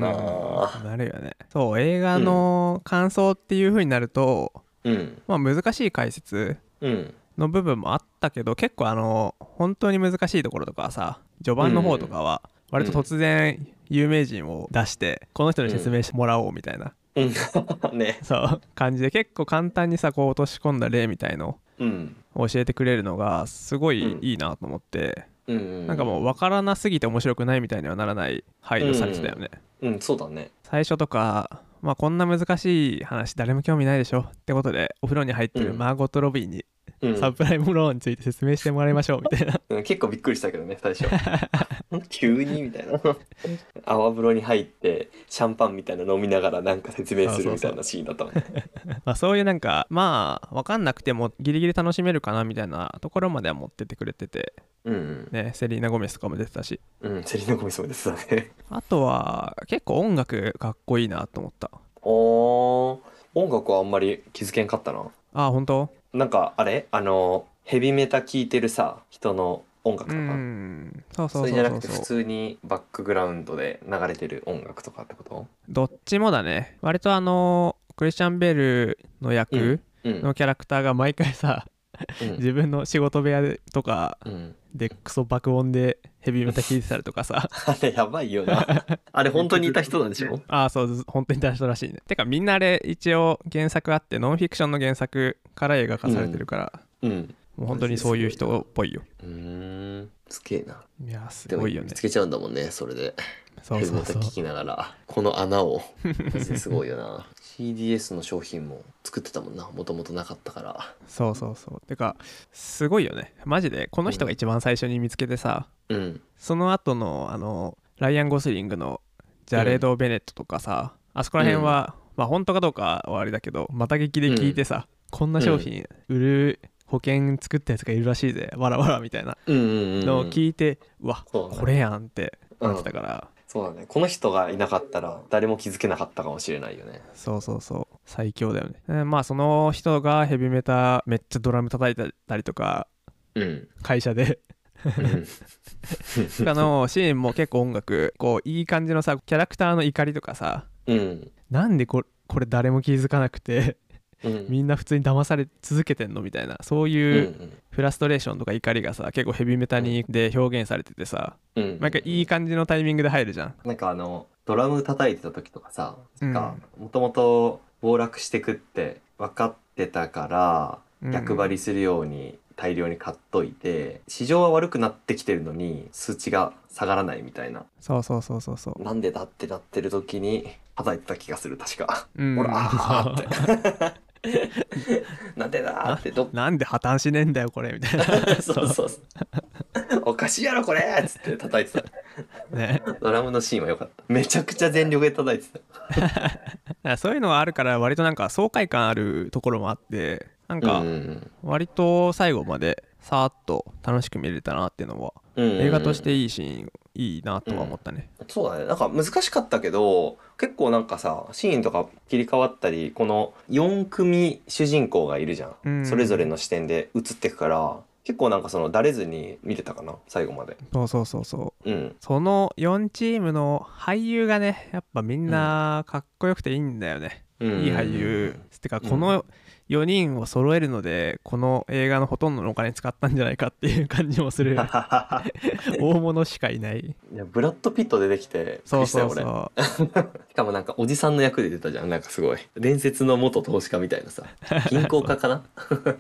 [SPEAKER 2] な
[SPEAKER 1] なるよねそう映画の感想っていう風になると、
[SPEAKER 2] うん
[SPEAKER 1] まあ難しい解説
[SPEAKER 2] うん
[SPEAKER 1] の部分もあったけど結構あの本当に難しいところとかはさ序盤の方とかは割と突然有名人を出してこの人に説明してもらおうみたいな、
[SPEAKER 2] うん ね
[SPEAKER 1] そう感じで結構簡単にさこう落とし込んだ例みたいの
[SPEAKER 2] うん
[SPEAKER 1] を教えてくれるのがすごい
[SPEAKER 2] うん
[SPEAKER 1] いいなと思って、
[SPEAKER 2] うんうん
[SPEAKER 1] なんかもう分からなすぎて面白くないみたいにはならない配慮されてたよね、
[SPEAKER 2] うんそうだね
[SPEAKER 1] 最初とか、まあ、こんな難しい話誰も興味ないでしょってことでお風呂に入ってるマーゴット・ロビーに
[SPEAKER 2] うん
[SPEAKER 1] サプライムローンについて説明してもらいましょうみたいな
[SPEAKER 2] うん結構びっくりしたけどね 最初 急にみたいな 泡風呂に入ってシャンパンみたいなの飲みながらなんか説明するみたいなシーンだっ たもんね
[SPEAKER 1] まあ、そういうなんかまあ分かんなくてもギリギリ楽しめるかなみたいなところまでは持ってってくれてて
[SPEAKER 2] うん
[SPEAKER 1] ねセリーナ・ゴメスとかも出てたし
[SPEAKER 2] うんセリーナ・ゴメスもですよ ね
[SPEAKER 1] あとは結構音楽かっこいいなと思った
[SPEAKER 2] おー音楽はあんまり気づけんかったな
[SPEAKER 1] ああ本当
[SPEAKER 2] なんかあれあのヘビメタ聴いてるさ人の音楽
[SPEAKER 1] う
[SPEAKER 2] とか、
[SPEAKER 1] んそうそ
[SPEAKER 2] そうれじゃ
[SPEAKER 1] そう
[SPEAKER 2] な
[SPEAKER 1] そう
[SPEAKER 2] くて
[SPEAKER 1] そ
[SPEAKER 2] 普
[SPEAKER 1] う
[SPEAKER 2] 通にバックグラウンドで流れてる音楽とかってこと
[SPEAKER 1] どっちもだね割とあのクリスチャン・ベルの役
[SPEAKER 2] うん
[SPEAKER 1] のキャラクターが毎回さ
[SPEAKER 2] うん
[SPEAKER 1] 自分の仕事部屋でとか
[SPEAKER 2] うん
[SPEAKER 1] でクソ爆音でヘビーメタ聴いてたりとかさ
[SPEAKER 2] あれやばいよな あれ本当にいた人なんでしょ
[SPEAKER 1] ああそう本当に大したらしいねてかみんなあれ一応原作あってノンフィクションの原作から映画化されてるから、
[SPEAKER 2] うん
[SPEAKER 1] もう本当にそういう人っぽいよ
[SPEAKER 2] うーんすげえない
[SPEAKER 1] やす
[SPEAKER 2] でも
[SPEAKER 1] ごいよ
[SPEAKER 2] 見
[SPEAKER 1] ね
[SPEAKER 2] つけちゃうんだもんねそれで
[SPEAKER 1] そうそう
[SPEAKER 2] ヘ
[SPEAKER 1] そ
[SPEAKER 2] ル
[SPEAKER 1] う
[SPEAKER 2] メット聞きながらこの穴をマジですごいよな CDS の商品も作ってたもんなもともとなかったから
[SPEAKER 1] そうそうそうてかすごいよねマジでこの人が一番最初に見つけてさ、
[SPEAKER 2] うん
[SPEAKER 1] その後のあのライアン・ゴスリングのジャレード・ベネットとかさ、あそこら辺は、まあ本当かどうかはあれだけどまた劇で聞いてさ、こんな商品売る保険作ったやつがいるらしいぜわらわらみたいな
[SPEAKER 2] うんうんうん
[SPEAKER 1] のを聞いて、うわ
[SPEAKER 2] そうだね
[SPEAKER 1] これやんって
[SPEAKER 2] うん
[SPEAKER 1] なってたから、
[SPEAKER 2] そうだねこの人がいなかったら誰も気づけなかったかもしれないよね
[SPEAKER 1] そうそうそう最強だよね、うんまあその人がヘビメタめっちゃドラム叩いたりとか
[SPEAKER 2] うん
[SPEAKER 1] 会社 で他のシーンも結構音楽こういい感じのさキャラクターの怒りとかさ
[SPEAKER 2] うん
[SPEAKER 1] なんでこれこれ誰も気づかなくて
[SPEAKER 2] うん
[SPEAKER 1] みんな普通に騙され続けてんのみたいなそう
[SPEAKER 2] う
[SPEAKER 1] いうんフラストレーションとか怒りがさ結構ヘビメタにで表現されててさ
[SPEAKER 2] うん
[SPEAKER 1] 毎回いい感じのタイミングで入るじゃん
[SPEAKER 2] なんかあのドラム叩いてた時とかさ
[SPEAKER 1] うん
[SPEAKER 2] もともと暴落してくって分かってたから
[SPEAKER 1] うん
[SPEAKER 2] 逆張りするように大量に買っといて市場は悪くなってきてるのに数値が下がらないみたいな
[SPEAKER 1] そうそうそうそうそう
[SPEAKER 2] なんでだってなってる時に叩いてた気がする確か
[SPEAKER 1] うん
[SPEAKER 2] ほらあーってなんでだーってどっ
[SPEAKER 1] なんで破綻しねえんだよこれみたい な
[SPEAKER 2] そうそうそうおかしいやろこれっつって叩いてた
[SPEAKER 1] ね
[SPEAKER 2] ドラムのシーンは良かっためちゃくちゃ全力で叩いてた
[SPEAKER 1] そういうのがあるから割となんか爽快感あるところもあってなんか
[SPEAKER 2] うん
[SPEAKER 1] 割と最後までさーっと楽しく見れたなっていうのは
[SPEAKER 2] うんうん
[SPEAKER 1] 映画としていいシーンいいなとは思ったね
[SPEAKER 2] そうだねなんか難しかったけど結構なんかさシーンとか切り替わったりこの4組主人公がいるじゃん、
[SPEAKER 1] うん
[SPEAKER 2] それぞれの視点で映ってくから結構なんかそのだれずに見てたかな最後まで
[SPEAKER 1] そうそうそうそう
[SPEAKER 2] うん
[SPEAKER 1] その4チームの俳優がねやっぱみんなかっこよくていいんだよね、
[SPEAKER 2] うん
[SPEAKER 1] いい俳優ってかこの4人を揃えるのでこの映画のほとんどのお金使ったんじゃないかっていう感じもす る
[SPEAKER 2] い
[SPEAKER 1] 大物しかいない
[SPEAKER 2] やブラッド・ピット出てきてびっく
[SPEAKER 1] そ
[SPEAKER 2] り
[SPEAKER 1] う
[SPEAKER 2] し
[SPEAKER 1] そ
[SPEAKER 2] たよ
[SPEAKER 1] うそ
[SPEAKER 2] 俺しかもなんかおじさんの役で出たじゃんなんかすごい伝説の元投資家みたいなさ 銀行家かな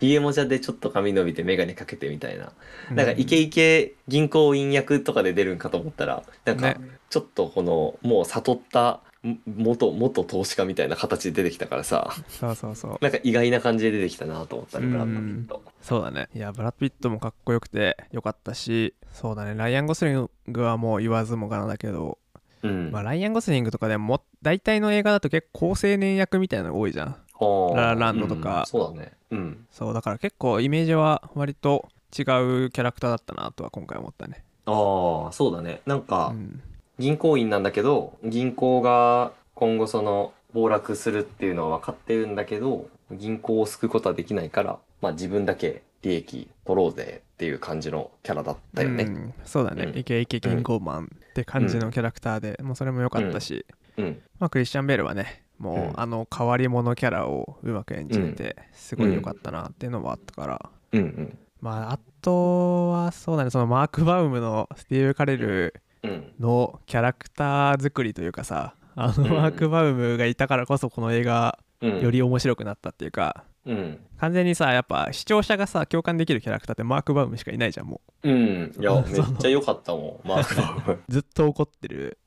[SPEAKER 2] ひげもじゃでちょっと髪伸びて眼鏡かけてみたいな
[SPEAKER 1] う
[SPEAKER 2] なんかイケイケ銀行員役とかで出るんかと思ったらなんか
[SPEAKER 1] ね
[SPEAKER 2] ちょっとこのもう悟ったも元元投資家みたいな形で出てきたか らさ
[SPEAKER 1] そうそうそう
[SPEAKER 2] なんか意外な感じで出てきたなと思ったねブラッド・ピット。
[SPEAKER 1] そうだねいやブラッド・ピットもかっこよくてよかったしそうだねライアン・ゴスリングはもう言わずもがなだけど、
[SPEAKER 2] うん
[SPEAKER 1] まあ、ライアン・ゴスリングとかでも大体の映画だと結構高青年役みたいなのが多いじゃん
[SPEAKER 2] あー
[SPEAKER 1] ララランドとか
[SPEAKER 2] うんそうだねうん
[SPEAKER 1] そうだから結構イメージは割と違うキャラクターだったなとは今回思ったね
[SPEAKER 2] ああそうだねなんか、
[SPEAKER 1] うん
[SPEAKER 2] 銀行員なんだけど銀行が今後その暴落するっていうのは分かってるんだけど銀行を救うことはできないから、まあ、自分だけ利益取ろうぜっていう感じのキャラだったよ
[SPEAKER 1] う
[SPEAKER 2] ね。
[SPEAKER 1] んそうだね、
[SPEAKER 2] うん
[SPEAKER 1] イケイケ銀行マンって感じのキャラクターで、もうそれも良かったし、
[SPEAKER 2] うん、
[SPEAKER 1] まあ、クリスチャン・ベールはねもう
[SPEAKER 2] うん
[SPEAKER 1] あの変わり者キャラをうまく演じれてすごい良かったなっていうのもあったから、
[SPEAKER 2] うん、うん、
[SPEAKER 1] まあ、あとはそうだねそのマーク・バウムのスティーブ・カレル
[SPEAKER 2] うん。
[SPEAKER 1] のキャラクター作りというかさあの
[SPEAKER 2] うん
[SPEAKER 1] マーク・バウムがいたからこそこの映画
[SPEAKER 2] うん、
[SPEAKER 1] よ、り面白くなったっていうか
[SPEAKER 2] うん、
[SPEAKER 1] 完全にさやっぱ視聴者がさ共感できるキャラクターってマーク・バウムしかいないじゃんも
[SPEAKER 2] うん、いや、め
[SPEAKER 1] その
[SPEAKER 2] っちゃ良かったもん、マーク バ
[SPEAKER 1] うずっと怒って る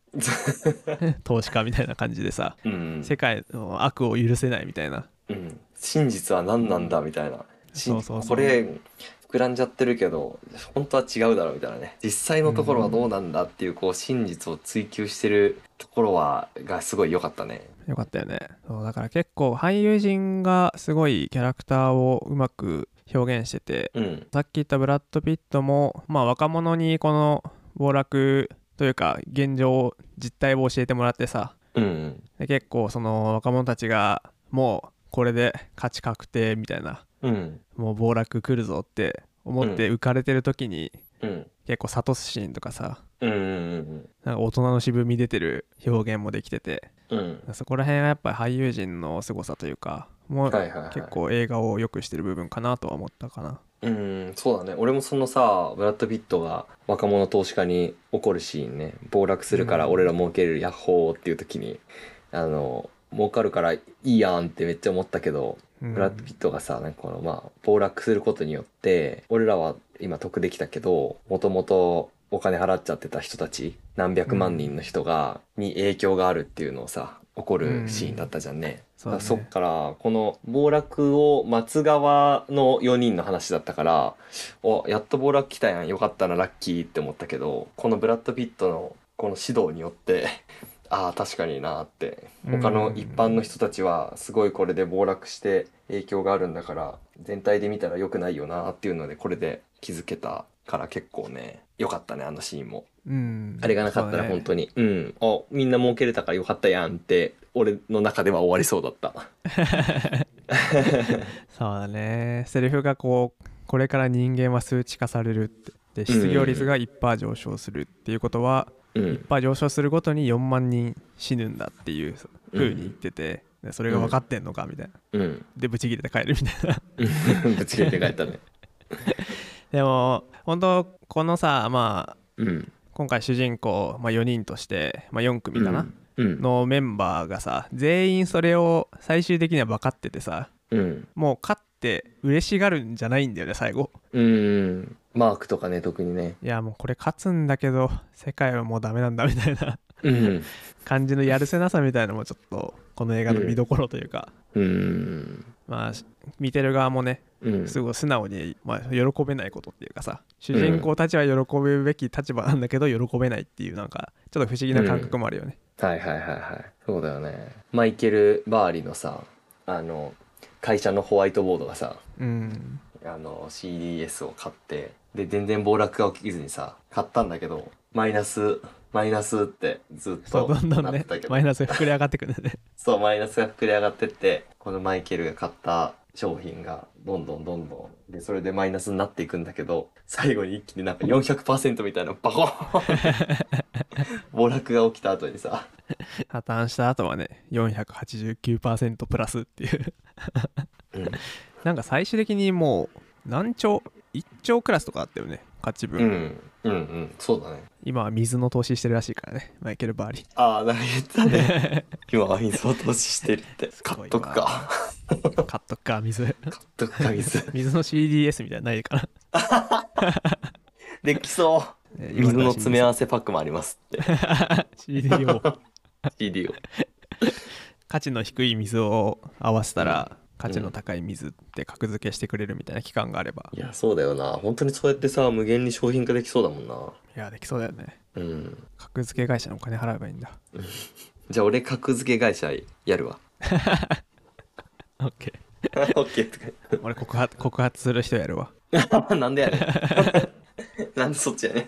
[SPEAKER 1] 投資家みたいな感じでさ
[SPEAKER 2] ウム。うん、
[SPEAKER 1] 世界の悪を許せないみたいな
[SPEAKER 2] うん、真実は何なんだみたいな。し
[SPEAKER 1] そうそうそう
[SPEAKER 2] これ膨らんじゃってるけど本当は違うだろうみたいなね実際のところはどうなんだっていうこう真実を追求してるところはがすごい良かったね。
[SPEAKER 1] よかったよねそうだから結構俳優陣がすごいキャラクターをうまく表現してて
[SPEAKER 2] うん
[SPEAKER 1] さっき言ったブラッド・ピットも、まあ、若者にこの暴落というか現状実態を教えてもらってさ
[SPEAKER 2] うん
[SPEAKER 1] で結構その若者たちがもうこれで勝ち確定みたいな
[SPEAKER 2] うん
[SPEAKER 1] もう暴落来るぞって思って浮かれてる時に、
[SPEAKER 2] うん
[SPEAKER 1] 結構諭すシーンとかさ
[SPEAKER 2] うんうん
[SPEAKER 1] なんか大人の渋み出てる表現もできてて
[SPEAKER 2] うん
[SPEAKER 1] そこら辺はやっぱり俳優陣の凄さというかもう
[SPEAKER 2] はいはいはい
[SPEAKER 1] 結構映画を良くしてる部分かなとは思ったかな。
[SPEAKER 2] うんそうだね俺もそのさブラッド・ピットが若者投資家に怒るシーンね暴落するから俺ら儲けるヤッホーっていう時にあの儲かるからいいやんってめっちゃ思ったけど
[SPEAKER 1] うん
[SPEAKER 2] ブラッド・ピットがさなんかこのまあ暴落することによって俺らは今得できたけどもともとお金払っちゃってた人たち何百万人の人が、に影響があるっていうのをさ起こるシーンだったじゃんね。
[SPEAKER 1] そう
[SPEAKER 2] だ
[SPEAKER 1] だ
[SPEAKER 2] から
[SPEAKER 1] ね
[SPEAKER 2] そっからこの暴落を待つ側の4人の話だったからおやっと暴落来たやんよかったなラッキーって思ったけどこのブラッド・ピットのこの指導によってああ確かになって他の一般の人たちはすごいこれで暴落して影響があるんだから全体で見たら良くないよなっていうのでこれで気づけたから結構ね良かったねあのシーンも。
[SPEAKER 1] うん
[SPEAKER 2] あれがなかった
[SPEAKER 1] そうだ
[SPEAKER 2] ら
[SPEAKER 1] ね
[SPEAKER 2] 本当にう,、んあみんな儲けれたから良かったやんって俺の中では終わりそうだった。
[SPEAKER 1] そうだねセリフがこうこれから人間は数値化されるってで失業率が1%上昇するっていうことは
[SPEAKER 2] うん
[SPEAKER 1] 1%上昇するごとに4万人死ぬんだっていう風に言ってて、でそれが分かってんのかみたいな
[SPEAKER 2] うん
[SPEAKER 1] でブチ切れて帰るみたい な
[SPEAKER 2] うんぶち切れて帰ったね。
[SPEAKER 1] でも本当このさまあ
[SPEAKER 2] うん
[SPEAKER 1] 今回主人公、まあ、4人として、まあ、4組かな、
[SPEAKER 2] うん
[SPEAKER 1] のメンバーがさ全員それを最終的には分かっててさ
[SPEAKER 2] うん
[SPEAKER 1] もう勝って嬉しがるんじゃないんだよね最後
[SPEAKER 2] うんマークとかね特にね。
[SPEAKER 1] いやもうこれ勝つんだけど世界はもうダメなんだみたいな
[SPEAKER 2] うん
[SPEAKER 1] 感じのやるせなさみたいなのもちょっとこの映画の見どころというか、
[SPEAKER 2] うん
[SPEAKER 1] まあし見てる側もね
[SPEAKER 2] うん
[SPEAKER 1] すごい素直に、まあ、喜べないことっていうかさ主人公たちは喜ぶべき立場なんだけど喜べないっていうなんかちょっと不思議な感覚もあるよね。
[SPEAKER 2] はいはいはいはいそうだよねマイケル・バーリのさあの会社のホワイトボードがさ
[SPEAKER 1] うん、
[SPEAKER 2] あの CDS を買ってで全然暴落が起きずにさ買ったんだけどマイナスマイナスってずっ
[SPEAKER 1] そ
[SPEAKER 2] と
[SPEAKER 1] うどんどん
[SPEAKER 2] なって
[SPEAKER 1] ね
[SPEAKER 2] たけど
[SPEAKER 1] マイナスが膨れ上がってくるんだね。
[SPEAKER 2] そうマイナスが膨れ上がってってこのマイケルが買った商品がどんどんどんどんでそれでマイナスになっていくんだけど最後に一気になんか400%みたいなバコー ン暴落が起きた後にさ
[SPEAKER 1] 破綻した後はね489%プラスっていう
[SPEAKER 2] うん
[SPEAKER 1] なんか最終的にもう何兆1兆クラスとかあったよね勝ち分、
[SPEAKER 2] うんうんうんそうだね
[SPEAKER 1] 今は水の投資してるらしいからねマイケル・ バーリー
[SPEAKER 2] ああなんか言ってた ね今は水を投資してるって
[SPEAKER 1] す
[SPEAKER 2] 買
[SPEAKER 1] ご
[SPEAKER 2] っ
[SPEAKER 1] いわ
[SPEAKER 2] とくか
[SPEAKER 1] 買っとくか水
[SPEAKER 2] 買っとくか 水
[SPEAKER 1] 水の CDS みたいなのないか な
[SPEAKER 2] できそう
[SPEAKER 1] えー今
[SPEAKER 2] 水
[SPEAKER 1] らしいんで
[SPEAKER 2] の
[SPEAKER 1] す
[SPEAKER 2] 詰め合わせパックもありますって
[SPEAKER 1] CD を
[SPEAKER 2] CD を
[SPEAKER 1] 価値の低い水を合わせたら価値の高い水って格付けしてくれるみたいな期間があれば、
[SPEAKER 2] いやそうだよな本当にそうやってさ無限に商品化できそうだもんない
[SPEAKER 1] やできそうだよね
[SPEAKER 2] うん
[SPEAKER 1] 格付け会社のお金払えばいいんだ
[SPEAKER 2] じゃあ俺格付け会社や るわ
[SPEAKER 1] OK
[SPEAKER 2] オッケーとか
[SPEAKER 1] 俺告発告発する人やるわ
[SPEAKER 2] なんでやねん。 なんでそっちやねん。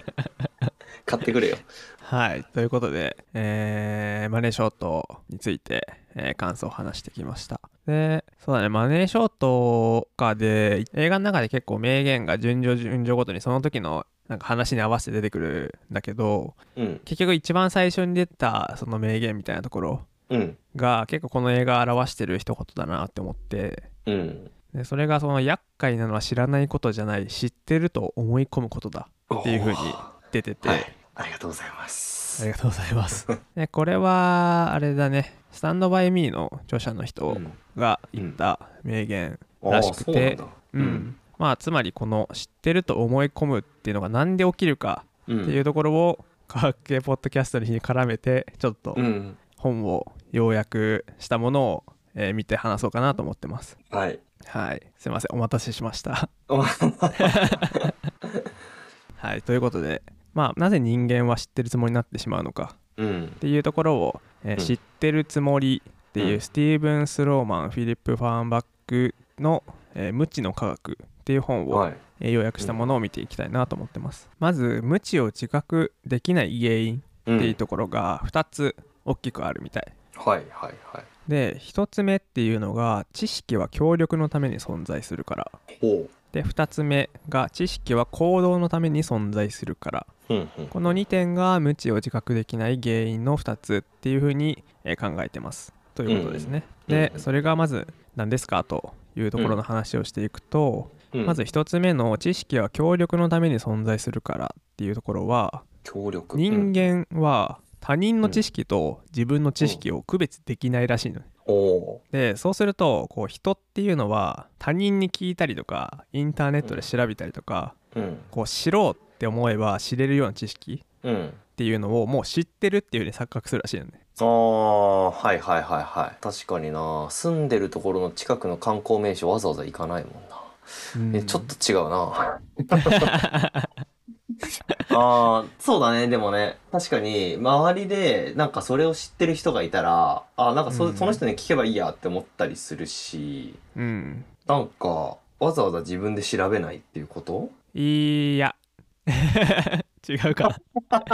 [SPEAKER 2] 買ってくれよ。
[SPEAKER 1] はいということで、えーマネーショートについて、えー感想を話してきましたでそうだねマネーショートかで映画の中で結構名言が順序順序ごとにその時のなんか話に合わせて出てくるんだけど
[SPEAKER 2] うん。
[SPEAKER 1] 結局一番最初に出たその名言みたいなところ
[SPEAKER 2] うん。
[SPEAKER 1] が結構この映画表してる一言だなって思って
[SPEAKER 2] うん。
[SPEAKER 1] でそれがその厄介なのは知らないことじゃない知ってると思い込むことだっていう風に
[SPEAKER 2] は
[SPEAKER 1] 出てて、
[SPEAKER 2] い。ありがとうございま
[SPEAKER 1] あ
[SPEAKER 2] す
[SPEAKER 1] り。がとうございますでこれはあれだね「スタンドバイミーの著者の人
[SPEAKER 2] うん
[SPEAKER 1] が言った名言、
[SPEAKER 2] あー
[SPEAKER 1] らしくて
[SPEAKER 2] そうなんだ
[SPEAKER 1] うんまあつまりこの知ってると思い込むっていうのが何で起きるか
[SPEAKER 2] うん。
[SPEAKER 1] っていううところを科学系ポッドキャストに絡めてちょっと
[SPEAKER 2] ん。うん。
[SPEAKER 1] 本を要約したものを、えー見て話そうかなと思ってます
[SPEAKER 2] はい。
[SPEAKER 1] はいすいませんお待たせしました
[SPEAKER 2] お
[SPEAKER 1] はいということでまあなぜ人間は知ってるつもりになってしまうのか
[SPEAKER 2] うん
[SPEAKER 1] っ。ていうところを、えー
[SPEAKER 2] うん
[SPEAKER 1] 知ってるつもりっていう、
[SPEAKER 2] うん
[SPEAKER 1] スティーブン・スローマンフィリップ・ファーンバックの「えー無知の科学」っていう本を、
[SPEAKER 2] はい。
[SPEAKER 1] えー要約したものを見ていきたいなと思ってます、まず無知を自覚できない原因
[SPEAKER 2] う。
[SPEAKER 1] っていうんところが2つ大きくあるみたい
[SPEAKER 2] はい。はい。は
[SPEAKER 1] で1つ目っていうのが知識は協力のために存在するから
[SPEAKER 2] い。ほ
[SPEAKER 1] で2つ目が知識は行動のために存在するから
[SPEAKER 2] う。うん。うん。
[SPEAKER 1] この2点が無知を自覚できない原因の2つっていうふうにえー考えてますということですね。
[SPEAKER 2] うん
[SPEAKER 1] で
[SPEAKER 2] うん
[SPEAKER 1] それがまず何ですかというところの話をしていくと、
[SPEAKER 2] うん
[SPEAKER 1] まず1つ目の知識は協力のために存在するからっていうところは
[SPEAKER 2] 協力。
[SPEAKER 1] 人
[SPEAKER 2] 間。
[SPEAKER 1] 間は他人の知識と自分の知識を区別できないらしいのね。
[SPEAKER 2] おお
[SPEAKER 1] でそうするとこう人っていうのは他人に聞いたりとかインターネットで調べたりとか
[SPEAKER 2] ー。うん。
[SPEAKER 1] こう知ろうって思えば知れるような知識
[SPEAKER 2] うん。
[SPEAKER 1] っていうのをもう知ってるっていうふうに錯覚するらしいよね
[SPEAKER 2] ああ、はいはいはいはい。確かにな。住んでるところの近くの観光名所わざわざ行かないもんな。えちょっと違うな あーそうだねでもね確かに周りでなんかそれを知ってる人がいたらあなんかそ,、
[SPEAKER 1] うん
[SPEAKER 2] その人に聞けばいいやって思ったりするし
[SPEAKER 1] うん
[SPEAKER 2] なんかわざわざ自分で調べないっていうこと
[SPEAKER 1] いや 違うか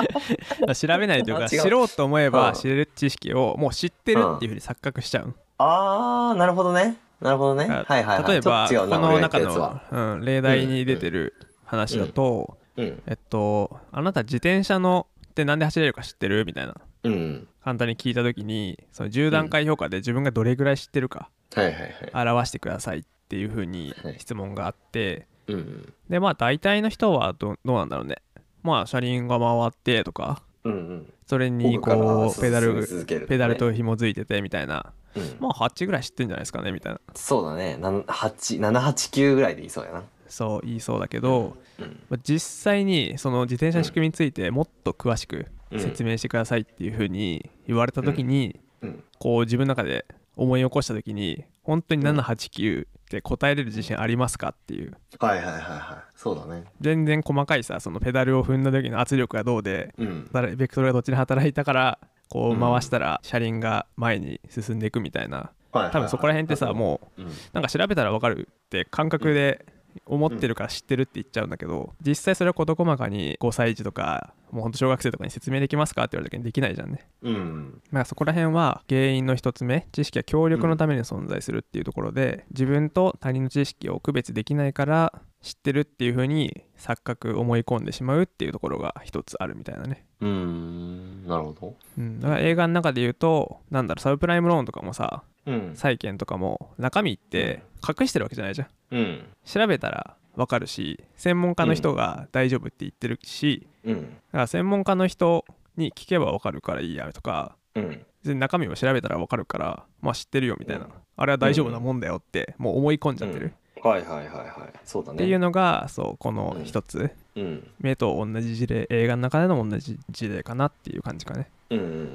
[SPEAKER 1] 調べないという
[SPEAKER 2] あ違
[SPEAKER 1] か
[SPEAKER 2] う
[SPEAKER 1] 知ろうと思えば
[SPEAKER 2] うん
[SPEAKER 1] 知れる知識をもう知ってるっていうふうに錯覚しちゃう
[SPEAKER 2] あーなるほどねなるほどね
[SPEAKER 1] だ
[SPEAKER 2] はいはい、はい、
[SPEAKER 1] 例えば
[SPEAKER 2] ちょっ
[SPEAKER 1] こと
[SPEAKER 2] 違うな
[SPEAKER 1] の
[SPEAKER 2] 俺が言った
[SPEAKER 1] 中
[SPEAKER 2] やつは
[SPEAKER 1] のうん例題に出てる話だと
[SPEAKER 2] うん
[SPEAKER 1] えっとあなた自転車のってなんで走れるか知ってるみたいな
[SPEAKER 2] うん
[SPEAKER 1] 簡単に聞いた時にその10段階評価で自分がどれぐらい知ってるか
[SPEAKER 2] はいはいはい
[SPEAKER 1] 表してくださいっていうふうに
[SPEAKER 2] はい
[SPEAKER 1] 質問があって
[SPEAKER 2] うん
[SPEAKER 1] でまあ大体の人はどどうなんだろうねまあ車輪が回ってとか
[SPEAKER 2] うんうん
[SPEAKER 1] それに
[SPEAKER 2] 奥から
[SPEAKER 1] こう
[SPEAKER 2] 進
[SPEAKER 1] ペダ
[SPEAKER 2] み
[SPEAKER 1] ル
[SPEAKER 2] 続けるね
[SPEAKER 1] ペダルと紐づいててみたいな
[SPEAKER 2] うん
[SPEAKER 1] まあ8ぐらい知ってんじゃないですかねみたいな
[SPEAKER 2] そうだねなん八七八九ぐらいでいそうやな
[SPEAKER 1] そう言いそうだけど、
[SPEAKER 2] うん
[SPEAKER 1] まあ実際にその自転車の仕組みについてもっと詳しく
[SPEAKER 2] うん
[SPEAKER 1] 説明してくださいっていうふうに言われた時に、
[SPEAKER 2] うん
[SPEAKER 1] こう自分の中で思い起こした時に本当に789って答えれる自信ありますかっていう
[SPEAKER 2] はいはいはいはいそうだね
[SPEAKER 1] 全然細かいさそのペダルを踏んだ時の圧力がどうで
[SPEAKER 2] うん
[SPEAKER 1] 働いベクトルがどっちに働いたからこ
[SPEAKER 2] う
[SPEAKER 1] うん回したら車輪が前に進んでいくみたいな
[SPEAKER 2] はいはいはい
[SPEAKER 1] 多分そこら辺ってさもう
[SPEAKER 2] うん
[SPEAKER 1] なんか調べたら分かるって感覚で思ってるから知ってるって言っちゃうんだけど、実際それを事細かに5歳児とかもうほんと小学生とかに説明できますかって言われた時にできないじゃんね
[SPEAKER 2] うん
[SPEAKER 1] まあそこら辺は原因の一つ目知識は協力のために存在するっていうところで、自分と他人の知識を区別できないから知ってるっていう風に錯覚思い込んでしまうっていうところが一つあるみたいなね
[SPEAKER 2] うんなるほど
[SPEAKER 1] うん、だから映画の中で言うとなんだろうサブプライムローンとかもさ
[SPEAKER 2] うん
[SPEAKER 1] 債券とかも中身って隠してるわけじゃないじゃん
[SPEAKER 2] うん
[SPEAKER 1] 調べたらわかるし専門家の人が大丈夫って言ってるし、
[SPEAKER 2] うん
[SPEAKER 1] だから専門家の人に聞けばわかるからいいやとか
[SPEAKER 2] うん
[SPEAKER 1] 別に中身を調べたらわかるからまあ知ってるよみたいな、
[SPEAKER 2] うん
[SPEAKER 1] あれは大丈夫なもんだよってもう思い込んじゃってる、
[SPEAKER 2] はいはいはいはいそうだ
[SPEAKER 1] っ
[SPEAKER 2] ね
[SPEAKER 1] ていうのがそうこの一つ、
[SPEAKER 2] うん
[SPEAKER 1] 目と同じ事例映画の中での同じ事例かなっていう感じかね
[SPEAKER 2] うんうん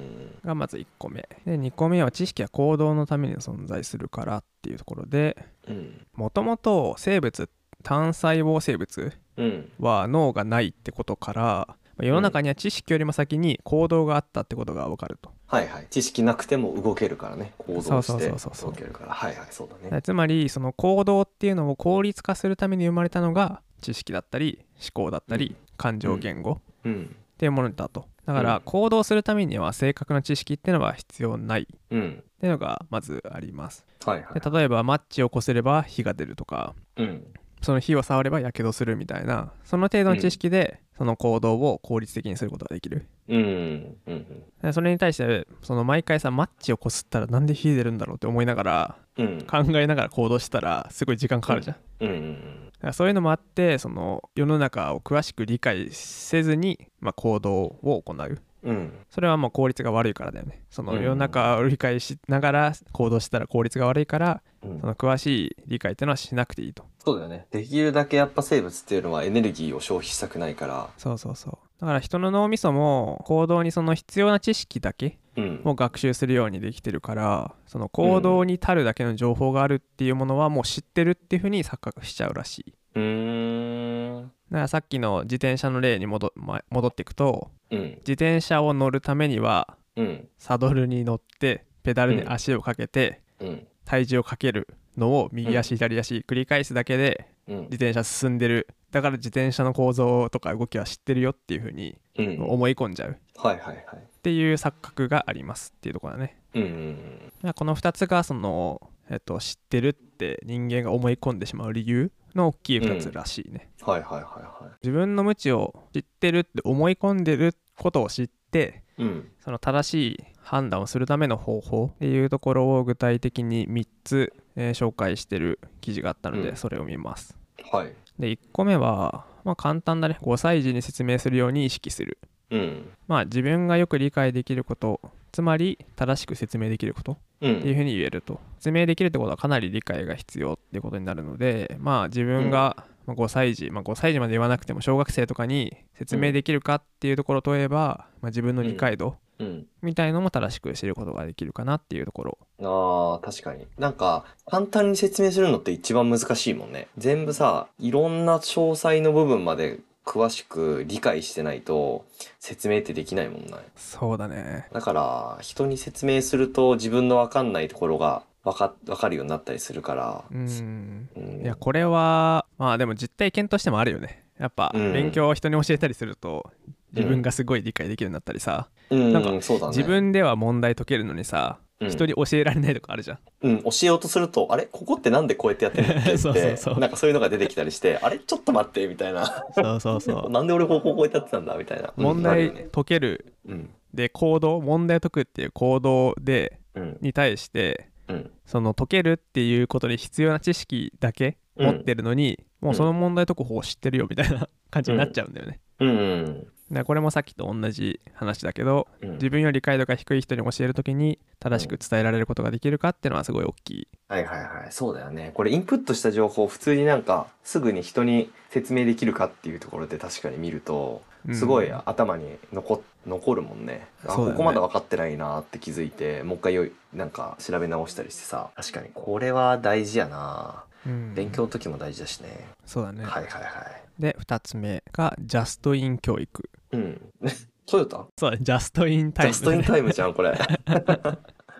[SPEAKER 1] がまず1個目で2個目は知識は行動のために存在するからっていうところで
[SPEAKER 2] うん
[SPEAKER 1] もともと生物単細胞生物
[SPEAKER 2] うん
[SPEAKER 1] は脳がないってことからまあ世の中には知識よりも先に行動があったってことが分かると
[SPEAKER 2] はいはい知識なくても動けるからね行動
[SPEAKER 1] そう
[SPEAKER 2] し
[SPEAKER 1] そう
[SPEAKER 2] て
[SPEAKER 1] そうそうそう
[SPEAKER 2] 動けるからはいはいそうだ
[SPEAKER 1] だか
[SPEAKER 2] ね
[SPEAKER 1] らつまりその行動っていうのを効率化するために生まれたのが知識だったり思考だったり感情言語っ
[SPEAKER 2] うん
[SPEAKER 1] ていうものだとだから
[SPEAKER 2] うん
[SPEAKER 1] 行動するためには正確な知識っていうのは必要ないっ
[SPEAKER 2] うん
[SPEAKER 1] ていうのがまずあります
[SPEAKER 2] はいは
[SPEAKER 1] で
[SPEAKER 2] い
[SPEAKER 1] 例えばマッチをこせれば火が出るとか
[SPEAKER 2] うん
[SPEAKER 1] その火を触れば火傷するみたいなその程度の知識でその行動を効率的にすることができる
[SPEAKER 2] うんうんうん
[SPEAKER 1] でそれに対してその毎回さマッチをこすったらなんで火出るんだろうって思いながら
[SPEAKER 2] うん
[SPEAKER 1] 考えながら行動したらすごい時間かかるじゃん、だ
[SPEAKER 2] うんうん
[SPEAKER 1] からそういうのもあってその世の中を詳しく理解せずに、まあ、行動を行う
[SPEAKER 2] うん
[SPEAKER 1] それはもう効率が悪いからだよねその
[SPEAKER 2] うん
[SPEAKER 1] 世の中を理解しながら行動したら効率が悪いから
[SPEAKER 2] うん
[SPEAKER 1] その詳しい理解っていうのはしなくていいと
[SPEAKER 2] そうだよね。できるだけやっぱ生物っていうのはエネルギーを消費したくないから。
[SPEAKER 1] そうそうそうだから人の脳みそも行動にその必要な知識だけ
[SPEAKER 2] うん。
[SPEAKER 1] を学習するようにできてるからその行動に足るだけの情報があるっていうものはもう知ってるっていうふうに錯覚しちゃうらしいう
[SPEAKER 2] ーん。
[SPEAKER 1] だからさっきの自転車の例に戻,、ま戻っていくと
[SPEAKER 2] うん。
[SPEAKER 1] 自転車を乗るためには
[SPEAKER 2] うん。
[SPEAKER 1] サドルに乗ってペダルに足をかけて
[SPEAKER 2] うん。
[SPEAKER 1] 体重をかけるのを右足左足繰り返すだけで
[SPEAKER 2] うん
[SPEAKER 1] 自。転車進んでるだから自転車の構造とか動きは知ってるよっていうふうに
[SPEAKER 2] うん。はい
[SPEAKER 1] 思い込んじゃう
[SPEAKER 2] はいはい。
[SPEAKER 1] っていう錯覚がありますっていうところだね
[SPEAKER 2] うんうん
[SPEAKER 1] まあこの2つがその、えっと、知ってるって人間が思い込んでしまう理由の大きい2つらしいね、
[SPEAKER 2] うん。はいはいはいは
[SPEAKER 1] 自分の無知を知ってるって思い込んでることを知って
[SPEAKER 2] い。うん。
[SPEAKER 1] その正しい判断をするための方法っていうところを具体的に3つ、えー紹介してる記事があったの
[SPEAKER 2] う
[SPEAKER 1] で
[SPEAKER 2] ん
[SPEAKER 1] それを見ます、
[SPEAKER 2] はい。
[SPEAKER 1] で1個目は、まあ、簡単だね5歳児に説明するように意識する
[SPEAKER 2] うん。
[SPEAKER 1] まあ自分がよく理解できることつまり正しく説明できること
[SPEAKER 2] う。
[SPEAKER 1] っていうんふうに言えると説明できるってことはかなり理解が必要っていうことになるのでまあ自分がまあ5歳児、まあ、5歳児まで言わなくても小学生とかに説明できるかっていうところを問えば、まあ、自分の理解度
[SPEAKER 2] うん。
[SPEAKER 1] みたいのも正しく知ることができるかなっていうところ
[SPEAKER 2] ああ、確かに。なんか、簡単に説明するのって一番難しいもんね。全部さ、いろんな詳細の部分まで詳しく理解してないと、説明ってできないもんな。
[SPEAKER 1] そうだね
[SPEAKER 2] だから人に説明すると自分の分かんないところが分か分かるようになったりするから、
[SPEAKER 1] うん
[SPEAKER 2] うん
[SPEAKER 1] いやこれはまあでも実体験としてもあるよねやっぱ
[SPEAKER 2] うん
[SPEAKER 1] 勉強を人に教えたりすると自分がすごい理解できるようになったりさ、
[SPEAKER 2] うん
[SPEAKER 1] なんか
[SPEAKER 2] そうだね
[SPEAKER 1] 自分では問題解けるのにさ
[SPEAKER 2] うん
[SPEAKER 1] 人に教えられないとかあるじゃん
[SPEAKER 2] うん、教えようとすると「あれここってなんでこうやってやってるんだっけ?」っ て
[SPEAKER 1] そうそうそう
[SPEAKER 2] なんかそういうのが出てきたりして「あれちょっと待って」みたいな
[SPEAKER 1] そうそうそ
[SPEAKER 2] 「
[SPEAKER 1] う。
[SPEAKER 2] なんで俺こここうやってやってたんだ」みたいな
[SPEAKER 1] 問
[SPEAKER 2] うんある
[SPEAKER 1] 題
[SPEAKER 2] よね
[SPEAKER 1] 解ける
[SPEAKER 2] うん
[SPEAKER 1] で行動問題解くっていう行動で
[SPEAKER 2] うん
[SPEAKER 1] に対して
[SPEAKER 2] うん
[SPEAKER 1] その解けるっていうことに必要な知識だけ
[SPEAKER 2] うん
[SPEAKER 1] 持ってるのに、もうその問題解く方を知ってるよみたいな 感じになっちゃうんだよね。
[SPEAKER 2] うんうん
[SPEAKER 1] だからこれもさっきと同じ話だけど
[SPEAKER 2] うん
[SPEAKER 1] 自分より理解度が低い人に教える時に正しく伝えられることができるかっていうのはすごい大きい。
[SPEAKER 2] はいはいはいそうだよねこれインプットした情報を普通になんかすぐに人に説明できるかっていうところで確かに見ると
[SPEAKER 1] うん
[SPEAKER 2] すごい頭に残残るもんね,、あ
[SPEAKER 1] そうだよね
[SPEAKER 2] ここまで分かってないなって気づいてもう一回よいなんか調べ直したりしてさ確かにこれは大事やな
[SPEAKER 1] うん
[SPEAKER 2] 勉強の時も大事だしね、
[SPEAKER 1] そうだね、
[SPEAKER 2] はいはいはい
[SPEAKER 1] で2つ目がジャストイン教育
[SPEAKER 2] うん トヨタ
[SPEAKER 1] そうジャストインタイ
[SPEAKER 2] ジ
[SPEAKER 1] ム
[SPEAKER 2] ャスト インタイムじゃんこれはいはい、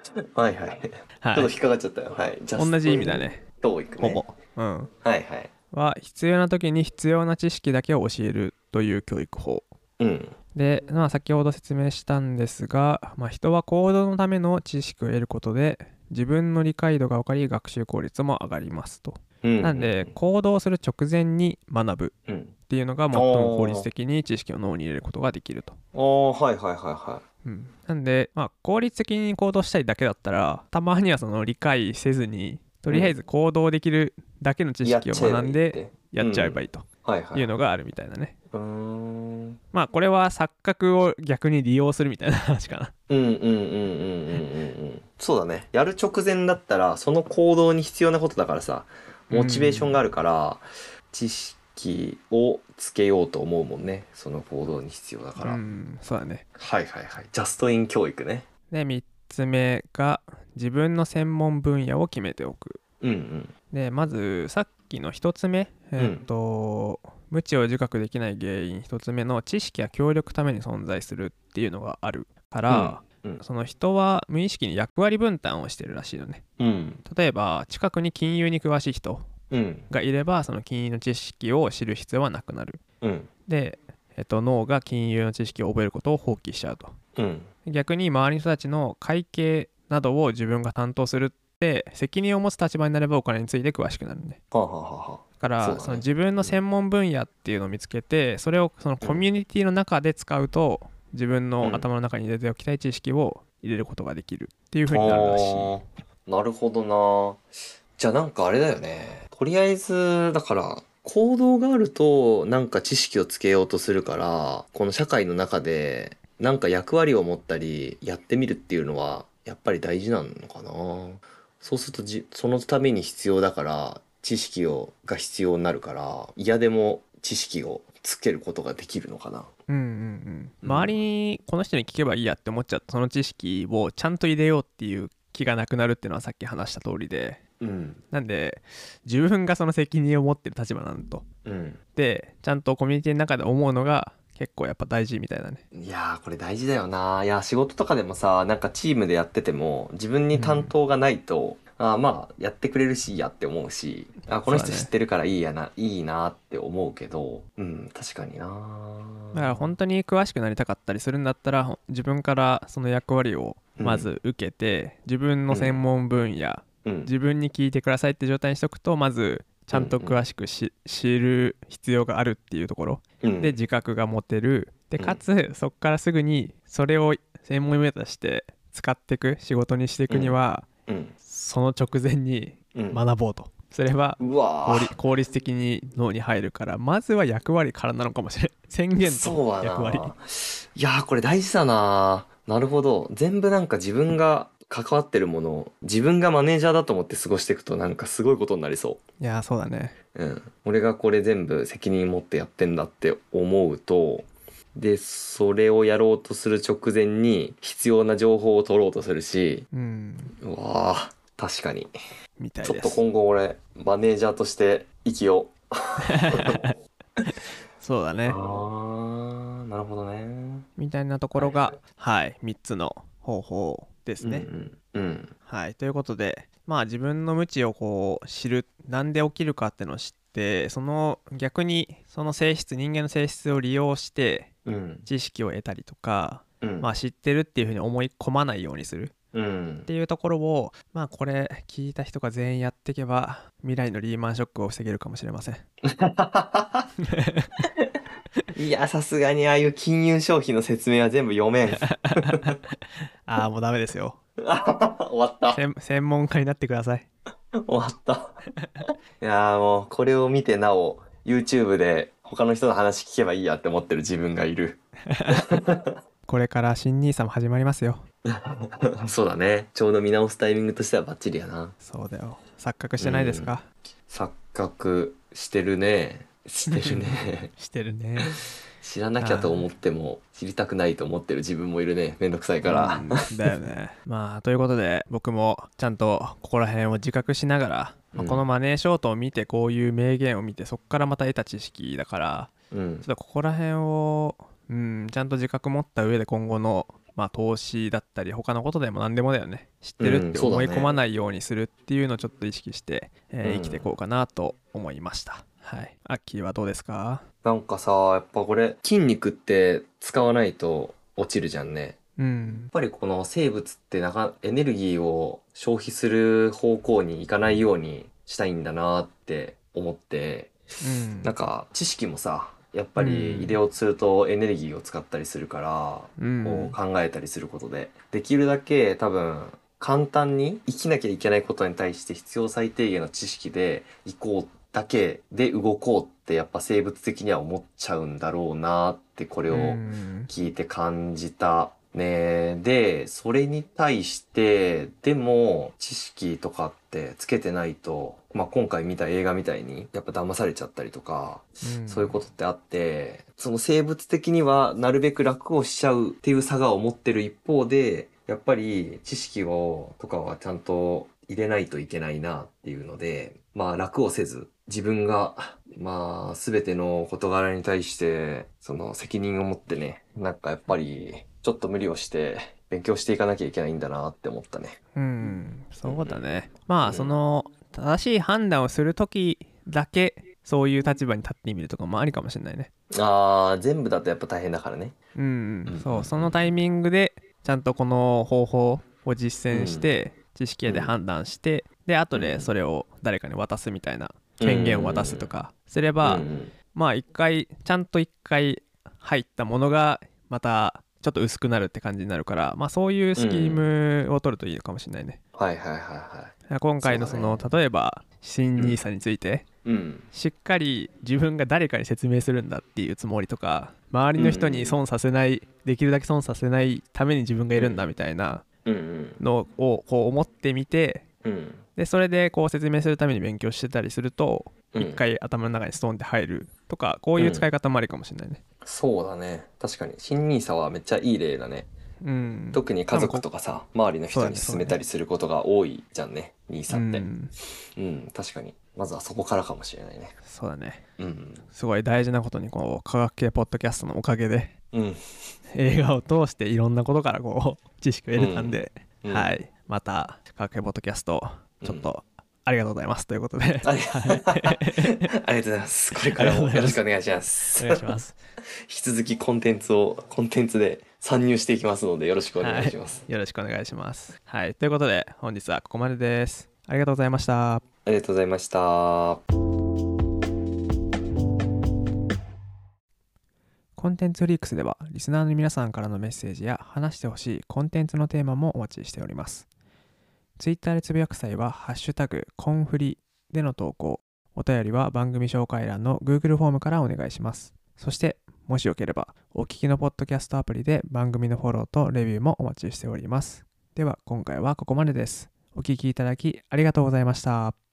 [SPEAKER 2] ちょっと
[SPEAKER 1] はい
[SPEAKER 2] 引っかかっちゃったよはいジャストイン
[SPEAKER 1] 同じ意味だね
[SPEAKER 2] 教育
[SPEAKER 1] ほ
[SPEAKER 2] ね
[SPEAKER 1] ぼうん
[SPEAKER 2] はいはい
[SPEAKER 1] まは必要な時に必要な知識だけを教えるという教育法
[SPEAKER 2] うん
[SPEAKER 1] で、まあ、先ほど説明したんですが、まあ、人は行動のための知識を得ることで自分の理解度が分かり学習効率も上がりますと。
[SPEAKER 2] うん
[SPEAKER 1] なんで行動する直前に学ぶ
[SPEAKER 2] うん
[SPEAKER 1] っていうのが最も効率的に知識を脳に入れることができると。
[SPEAKER 2] ああはいはいはいは
[SPEAKER 1] うん、なんで、まあ、効率的に行動したいだけだったらたまにはその理解せずにとりあえず行動できるだけの知
[SPEAKER 2] い
[SPEAKER 1] 識を学んで
[SPEAKER 2] や
[SPEAKER 1] や
[SPEAKER 2] っちゃえばいいって
[SPEAKER 1] っちゃえばいいと
[SPEAKER 2] はいはいいう
[SPEAKER 1] のがあるみたいなね。
[SPEAKER 2] うーん
[SPEAKER 1] まあこれは錯覚を逆に利用するみたいな話かな。
[SPEAKER 2] うんうんうんうんうんうんうんそうだねやる直前だったらその行動に必要なことだからさモチベーションがあるから、知識をつけようと思うもんねその行動に必要だから、
[SPEAKER 1] うん、そうだね。
[SPEAKER 2] はいはいはいジャストイン教育ね
[SPEAKER 1] で3つ目が自分の専門分野を決めておく。
[SPEAKER 2] うんうん
[SPEAKER 1] でまずさっきの1つ目、えーっと無知を自覚できない原因1つ目の知識や協力ために存在するっていうのがあるから、
[SPEAKER 2] うんうん
[SPEAKER 1] その人は無意識に役割分担をしてるらしいのね。
[SPEAKER 2] うん
[SPEAKER 1] 例えば近くに金融に詳しい人
[SPEAKER 2] うん
[SPEAKER 1] がいればその金融の知識を知る必要はなくなる。
[SPEAKER 2] うん
[SPEAKER 1] で、えっと、脳が金融の知識を覚えることを放棄しちゃうと。
[SPEAKER 2] うん
[SPEAKER 1] 逆に周りの人たちの会計などを自分が担当するって責任を持つ立場になればお金について詳しくなるんで
[SPEAKER 2] はあはあはあはあ
[SPEAKER 1] だから
[SPEAKER 2] そ
[SPEAKER 1] そ、
[SPEAKER 2] うだね
[SPEAKER 1] の自分の専門分野っていうのを見つけてそれをそのコミュニティの中で使うと自分の頭の中に入れておきたい知識を入れることができるっていう風になるらしい、
[SPEAKER 2] あーなるほどなじゃあなんかあれだよねとりあえずだから行動があるとなんか知識をつけようとするからこの社会の中でなんか役割を持ったりやってみるっていうのはやっぱり大事なのかなそうするとじそのために必要だから知識をが必要になるから嫌でも知識をつけることができるのかな
[SPEAKER 1] うんうんうん周りにこの人に聞けばいいやって思っちゃったその知識をちゃんと入れようっていう気がなくなるっていうのはさっき話した通りで
[SPEAKER 2] うん
[SPEAKER 1] なんで自分がその責任を持ってる立場なんと
[SPEAKER 2] うん
[SPEAKER 1] でちゃんとコミュニティの中で思うのが結構やっぱ大事みたいなね
[SPEAKER 2] いやーこれ大事だよな。いやー仕事とかでもさ、なんかチームでやってても、自分に担当がないと、あーまあ、やってくれるしいいやって思うし、あーこの人
[SPEAKER 1] そうだね
[SPEAKER 2] 知ってるからいいやな、いいなって思うけど、うん、確かにな。
[SPEAKER 1] だから本当に詳しくなりたかったりするんだったらほん自分からその役割をまず受けて、自分の専門分野、
[SPEAKER 2] うん、
[SPEAKER 1] 自分に聞いてくださいって状態にしとくとまずちゃんと詳しくし知る必要があるっていうところ
[SPEAKER 2] うん
[SPEAKER 1] で自覚が持てるで
[SPEAKER 2] うん
[SPEAKER 1] かつそこからすぐにそれを専門分野として使っていく仕事にしていくには、
[SPEAKER 2] うん、
[SPEAKER 1] その直前に
[SPEAKER 2] うん。
[SPEAKER 1] 学ぼうとすれば
[SPEAKER 2] うわ
[SPEAKER 1] 効
[SPEAKER 2] ー
[SPEAKER 1] 率効率的に脳に入るからまずは役割からなのかもしれん 宣言
[SPEAKER 2] そう
[SPEAKER 1] と
[SPEAKER 2] は
[SPEAKER 1] 役割
[SPEAKER 2] な。いやーこれ大事だな。なるほど。全部なんか自分が関わってるものを、自分がマネージャーだと思って過ごしていくと、なんかすごいことになりそう。
[SPEAKER 1] いやーそうだね
[SPEAKER 2] うん、俺がこれ全部責任持ってやってんだって思うとでそれをやろうとする直前に必要な情報を取ろうとするし
[SPEAKER 1] うん
[SPEAKER 2] うわー確かに
[SPEAKER 1] みたい
[SPEAKER 2] ちょっ
[SPEAKER 1] で
[SPEAKER 2] と
[SPEAKER 1] す
[SPEAKER 2] 今後俺マネージャーとして生き よう
[SPEAKER 1] そうだ
[SPEAKER 2] あ
[SPEAKER 1] ね
[SPEAKER 2] ーなるほどね
[SPEAKER 1] みたいなところがはい3つの方法ですね、
[SPEAKER 2] うんうんうん
[SPEAKER 1] はいということでまあ自分の無知をこう知るなんで起きるかってのを知ってその逆にその性質人間の性質を利用して
[SPEAKER 2] うん
[SPEAKER 1] 知識を得たりとか、
[SPEAKER 2] うん
[SPEAKER 1] まあ、知ってるっていうふうに思い込まないようにする
[SPEAKER 2] うん
[SPEAKER 1] っていうところをまあこれ聞いた人が全員やっていけば未来のリーマンショックを防げるかもしれません
[SPEAKER 2] いやさすがにああいう金融商品の説明は全部 読めん終
[SPEAKER 1] ああもうダメですよ
[SPEAKER 2] わった
[SPEAKER 1] 専専門家になってください
[SPEAKER 2] 終わった。いやーもうこれを見てなお YouTube で他の人の話聞けばいいやって思ってる自分がいる。
[SPEAKER 1] これから新ニーサも始まりますよ
[SPEAKER 2] そうだね。ちょうど見直すタイミングとしてはバッチリやな。
[SPEAKER 1] そうだよ錯覚してないですか、
[SPEAKER 2] 錯覚してるね。してる ね。
[SPEAKER 1] してるね
[SPEAKER 2] 知らなきゃと思っても知りたくないと思ってる自分もいるね。めんどくさいから。
[SPEAKER 1] うんだよねまあということで僕もちゃんとここら辺を自覚しながら、まあ
[SPEAKER 2] うん
[SPEAKER 1] このマネーショートを見てこういう名言を見てそこからまた得た知識だから
[SPEAKER 2] うん
[SPEAKER 1] ちょっ。とここら辺を、うん、ちゃんと自覚持った上で今後の、まあ、投資だったり他のことでも何でもだよね知ってるって
[SPEAKER 2] うんそうだ
[SPEAKER 1] 思
[SPEAKER 2] ね
[SPEAKER 1] い込まないようにするっていうのをちょっと意識して、えー
[SPEAKER 2] うん
[SPEAKER 1] 生きていこうかなと思いました、はい。アッキーはどうですか
[SPEAKER 2] なんかさやっぱこれ筋肉って使わないと落ちるじゃんね
[SPEAKER 1] うん
[SPEAKER 2] やっ。ぱりこの生物ってなかエネルギーを消費する方向に行かないようにしたいんだなって思って
[SPEAKER 1] うん。
[SPEAKER 2] なんか知識もさやっぱり
[SPEAKER 1] うん
[SPEAKER 2] 入れ落ちするとエネルギーを使ったりするから、
[SPEAKER 1] うん、
[SPEAKER 2] こう考えたりすることでできるだけ多分簡単に生きなきゃいけないことに対して必要最低限の知識で行こうだけで動こうってやっぱ生物的には思っちゃうんだろうなってこれ
[SPEAKER 1] う
[SPEAKER 2] を
[SPEAKER 1] ん
[SPEAKER 2] 聞いて感じた。ね、でそれに対してでも知識とかってつけてないと、まあ、今回見た映画みたいにやっぱ騙されちゃったりとかそういうことってあって、その生物的にはなるべく楽をしちゃうっていう差が思ってる一方で、やっぱり知識を、とかはちゃんと入れないといけないなっていうので、まあ楽をせず、自分が、まあ全ての事柄に対して、その責任を持ってね、なんかやっぱり、ちょっと無理をして、勉強していかなきゃいけないんだなって思ったね。
[SPEAKER 1] うん、そうだね。ま
[SPEAKER 2] う
[SPEAKER 1] あ
[SPEAKER 2] ん
[SPEAKER 1] その正しい判断をする時だけそういう立場に立ってみるとかもありかもしれないね。
[SPEAKER 2] ああ、全部だとやっぱ大変だからね。
[SPEAKER 1] うん
[SPEAKER 2] うん、
[SPEAKER 1] そうそのタイミングでちゃんとこの方法を実践して、知識やで判断して、で後でそれを誰かに渡すみたいな権限を渡すとかすれば、
[SPEAKER 2] うん
[SPEAKER 1] まあ一回ちゃんと一回入ったものがまたちょっと薄くなるって感じになるから、まあ、そういうスキームを取るといいのかもしれないね。
[SPEAKER 2] はいはいはいは
[SPEAKER 1] 今回のその例えば新ニーサについて、
[SPEAKER 2] い。うん。
[SPEAKER 1] しっかり自分が誰かに説明するんだっていうつもりとか周りの人に損させない、できるだけ損させないために自分がいるんだみたいな
[SPEAKER 2] うんうん。
[SPEAKER 1] のをこう思ってみて
[SPEAKER 2] うん。
[SPEAKER 1] でそれでこう説明するために勉強してたりすると
[SPEAKER 2] うん
[SPEAKER 1] 一回頭の中にストンって入るとかこういう使い方もありかもしれないね。
[SPEAKER 2] そうだね確かに新ニーサはめっちゃいい例だね
[SPEAKER 1] うん、
[SPEAKER 2] 特に家族とかさ周りの人に
[SPEAKER 1] そうだね
[SPEAKER 2] 勧めたりすることが多いじゃんねニーサって
[SPEAKER 1] う
[SPEAKER 2] うん、
[SPEAKER 1] ん
[SPEAKER 2] 確かにまずはそこからかもしれないね
[SPEAKER 1] そうだね
[SPEAKER 2] うん
[SPEAKER 1] すごい大事なことにこう科学系ポッドキャストのおかげで
[SPEAKER 2] うん、
[SPEAKER 1] 映画を通していろんなことからこ う知識を得れたんで、
[SPEAKER 2] うん
[SPEAKER 1] はいい、また「科学系ポッドキャスト」ちょっとありがとうございますということで、
[SPEAKER 2] ありありがとうございますこれからもよろしくお願いし ま
[SPEAKER 1] お
[SPEAKER 2] す
[SPEAKER 1] 願いします
[SPEAKER 2] 引き続きコンテンツをコンテンツで参入していきますのでよろしくお願いします、
[SPEAKER 1] よろしくお願いしますはいということで本日はここまでですありがとうございました
[SPEAKER 2] ありがとうございました
[SPEAKER 1] コンテンツフリークスではリスナーの皆さんからのメッセージや話してほしいコンテンツのテーマもお待ちしておりますツイッターでつぶやく際は「ハッシュタグコンフリ」での投稿お便りは番組紹介欄の Google フォームからお願いしますそしてもしよければお聞きのポッドキャストアプリで番組のフォローとレビューもお待ちしておりますでは今回はここまでですお聞きいただきありがとうございました